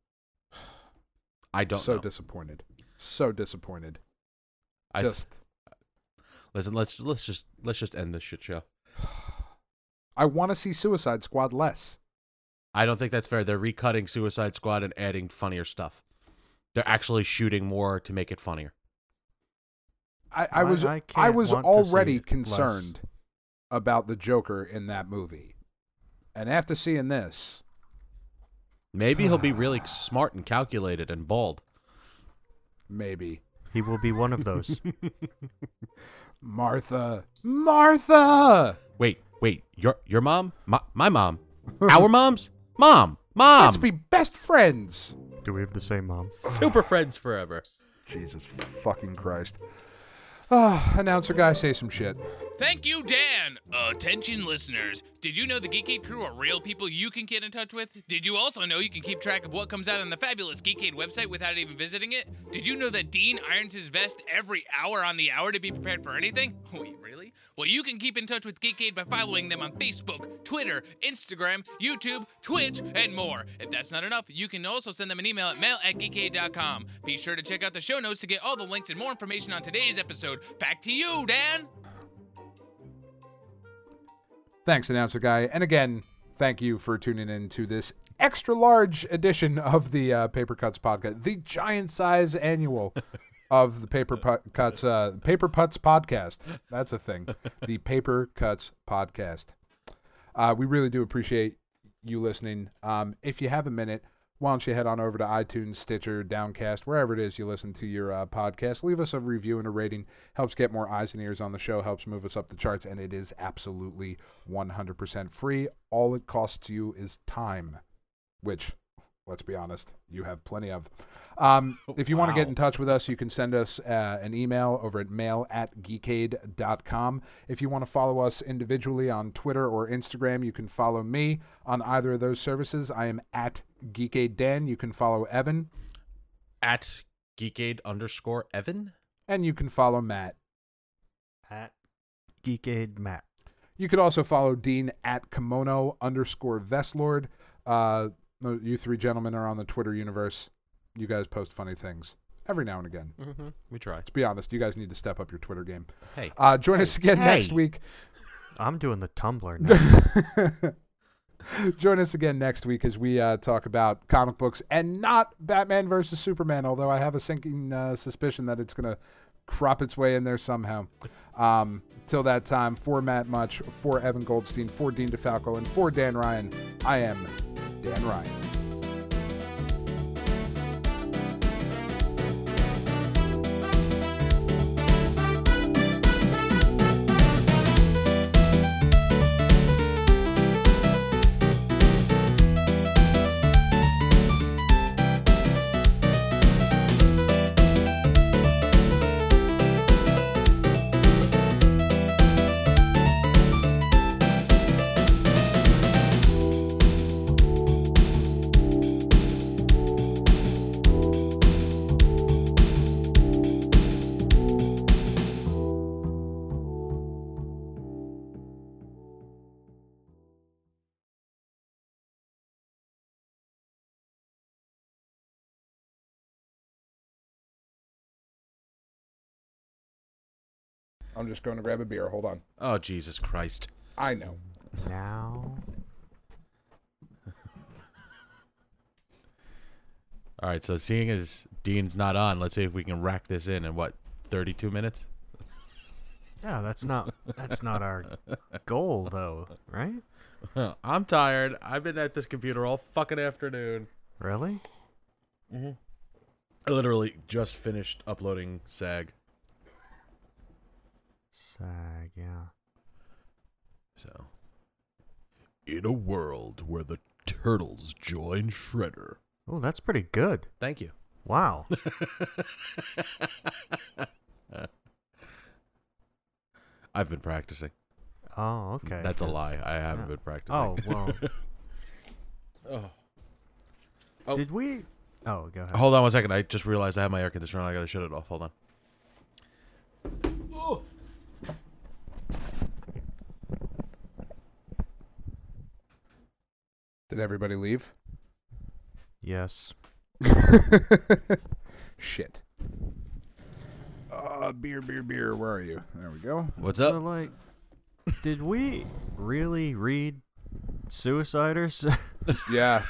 I don't so know. disappointed. So disappointed. I, just listen, let's let's just let's just end this shit show. I want to see Suicide Squad less. I don't think that's fair. They're recutting Suicide Squad and adding funnier stuff. They're actually shooting more to make it funnier. I, I I- was I I, can't was want to see already it less. concerned about the Joker in that movie. And after seeing this, Maybe he'll be really smart and calculated and bald. maybe He will be one of those. Martha, Martha, Wait, wait, your your mom, my, my mom, our moms, mom, mom. let's be best friends. Do we have the same mom? super friends forever. Jesus fucking Christ. Ah, announcer guy, say some shit. Thank you, Dan. Attention, listeners. Did you know the Geekade crew are real people you can get in touch with? Did you also know you can keep track of what comes out on the fabulous Geekade website without even visiting it? Did you know that Dean irons his vest every hour on the hour to be prepared for anything? Wait, really? Well, you can keep in touch with Geekade by following them on Facebook, Twitter, Instagram, YouTube, Twitch, and more. If that's not enough, you can also send them an email at mail at geekade.com. Be sure to check out the show notes to get all the links and more information on today's episode. Back to you, Dan. Thanks, announcer guy. And again, thank you for tuning in to this extra large edition of the uh, Paper Cuts podcast, the giant size annual of the Paper Put- Cuts uh, Paper Putts podcast. That's a thing. The Paper Cuts podcast. Uh, we really do appreciate you listening. Um, if you have a minute, why don't you head on over to iTunes, Stitcher, Downcast, wherever it is you listen to your uh, podcast? Leave us a review and a rating. Helps get more eyes and ears on the show, helps move us up the charts, and it is absolutely 100% free. All it costs you is time, which, let's be honest, you have plenty of. Um, if you want to get Wow. in touch with us, you can send us uh, an email over at mail at geekade.com. If you want to follow us individually on Twitter or Instagram, you can follow me on either of those services. I am at Geekade Dan. You can follow Evan At geekade underscore Evan. and you can follow Matt. At Geekade Matt. You could also follow Dean at kimono underscore vestlord. Uh, no, you three gentlemen are on the Twitter universe. You guys post funny things every now and again. Mm-hmm. We try. Let's be honest, you guys need to step up your Twitter game. Hey, Uh, join us again next Hey. week. I'm doing the Tumblr now. Join us again next week as we uh, talk about comic books and not Batman versus Superman, although I have a sinking uh, suspicion that it's going to crop its way in there somehow. Um, till that time, for Matt Much, for Evan Goldstein, for Dean DeFalco, and for Dan Ryan, I am Dan Ryan. I'm just going to grab a beer. Hold on. oh Jesus Christ. I know. now. All right, so seeing as Dean's not on, let's see if we can rack this in in what thirty-two minutes. Yeah, that's not that's not our goal though, right? Huh, I'm tired. I've been at this computer all fucking afternoon. Really? I literally just finished uploading SAG, Sag, yeah. so. In a world where the turtles join Shredder. Oh, that's pretty good. Thank you. Wow. I've been practicing. Oh, okay. That's a 'cause- lie. I haven't yeah. been practicing. Oh well. Oh. Oh. Did we? Oh, go ahead. Hold on one second. I just realized I have my air conditioner on. I gotta shut it off. Hold on. Did everybody leave? Yes. Shit. Uh, beer, beer, beer. Where are you? There we go. What's So up? like, did we really read Suiciders? Yeah.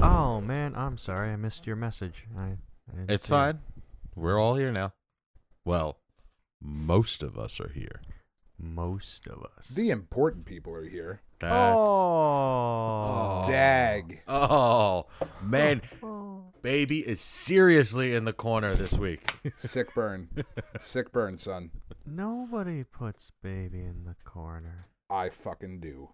oh man, I'm sorry. I missed your message. I. I didn't It's see it. fine. We're all here now. Well, most of us are here. most of us. The important people are here. That's, oh. Dag. Oh man, baby is seriously in the corner this week. Sick burn. Sick burn, son. Nobody puts baby in the corner. I fucking do.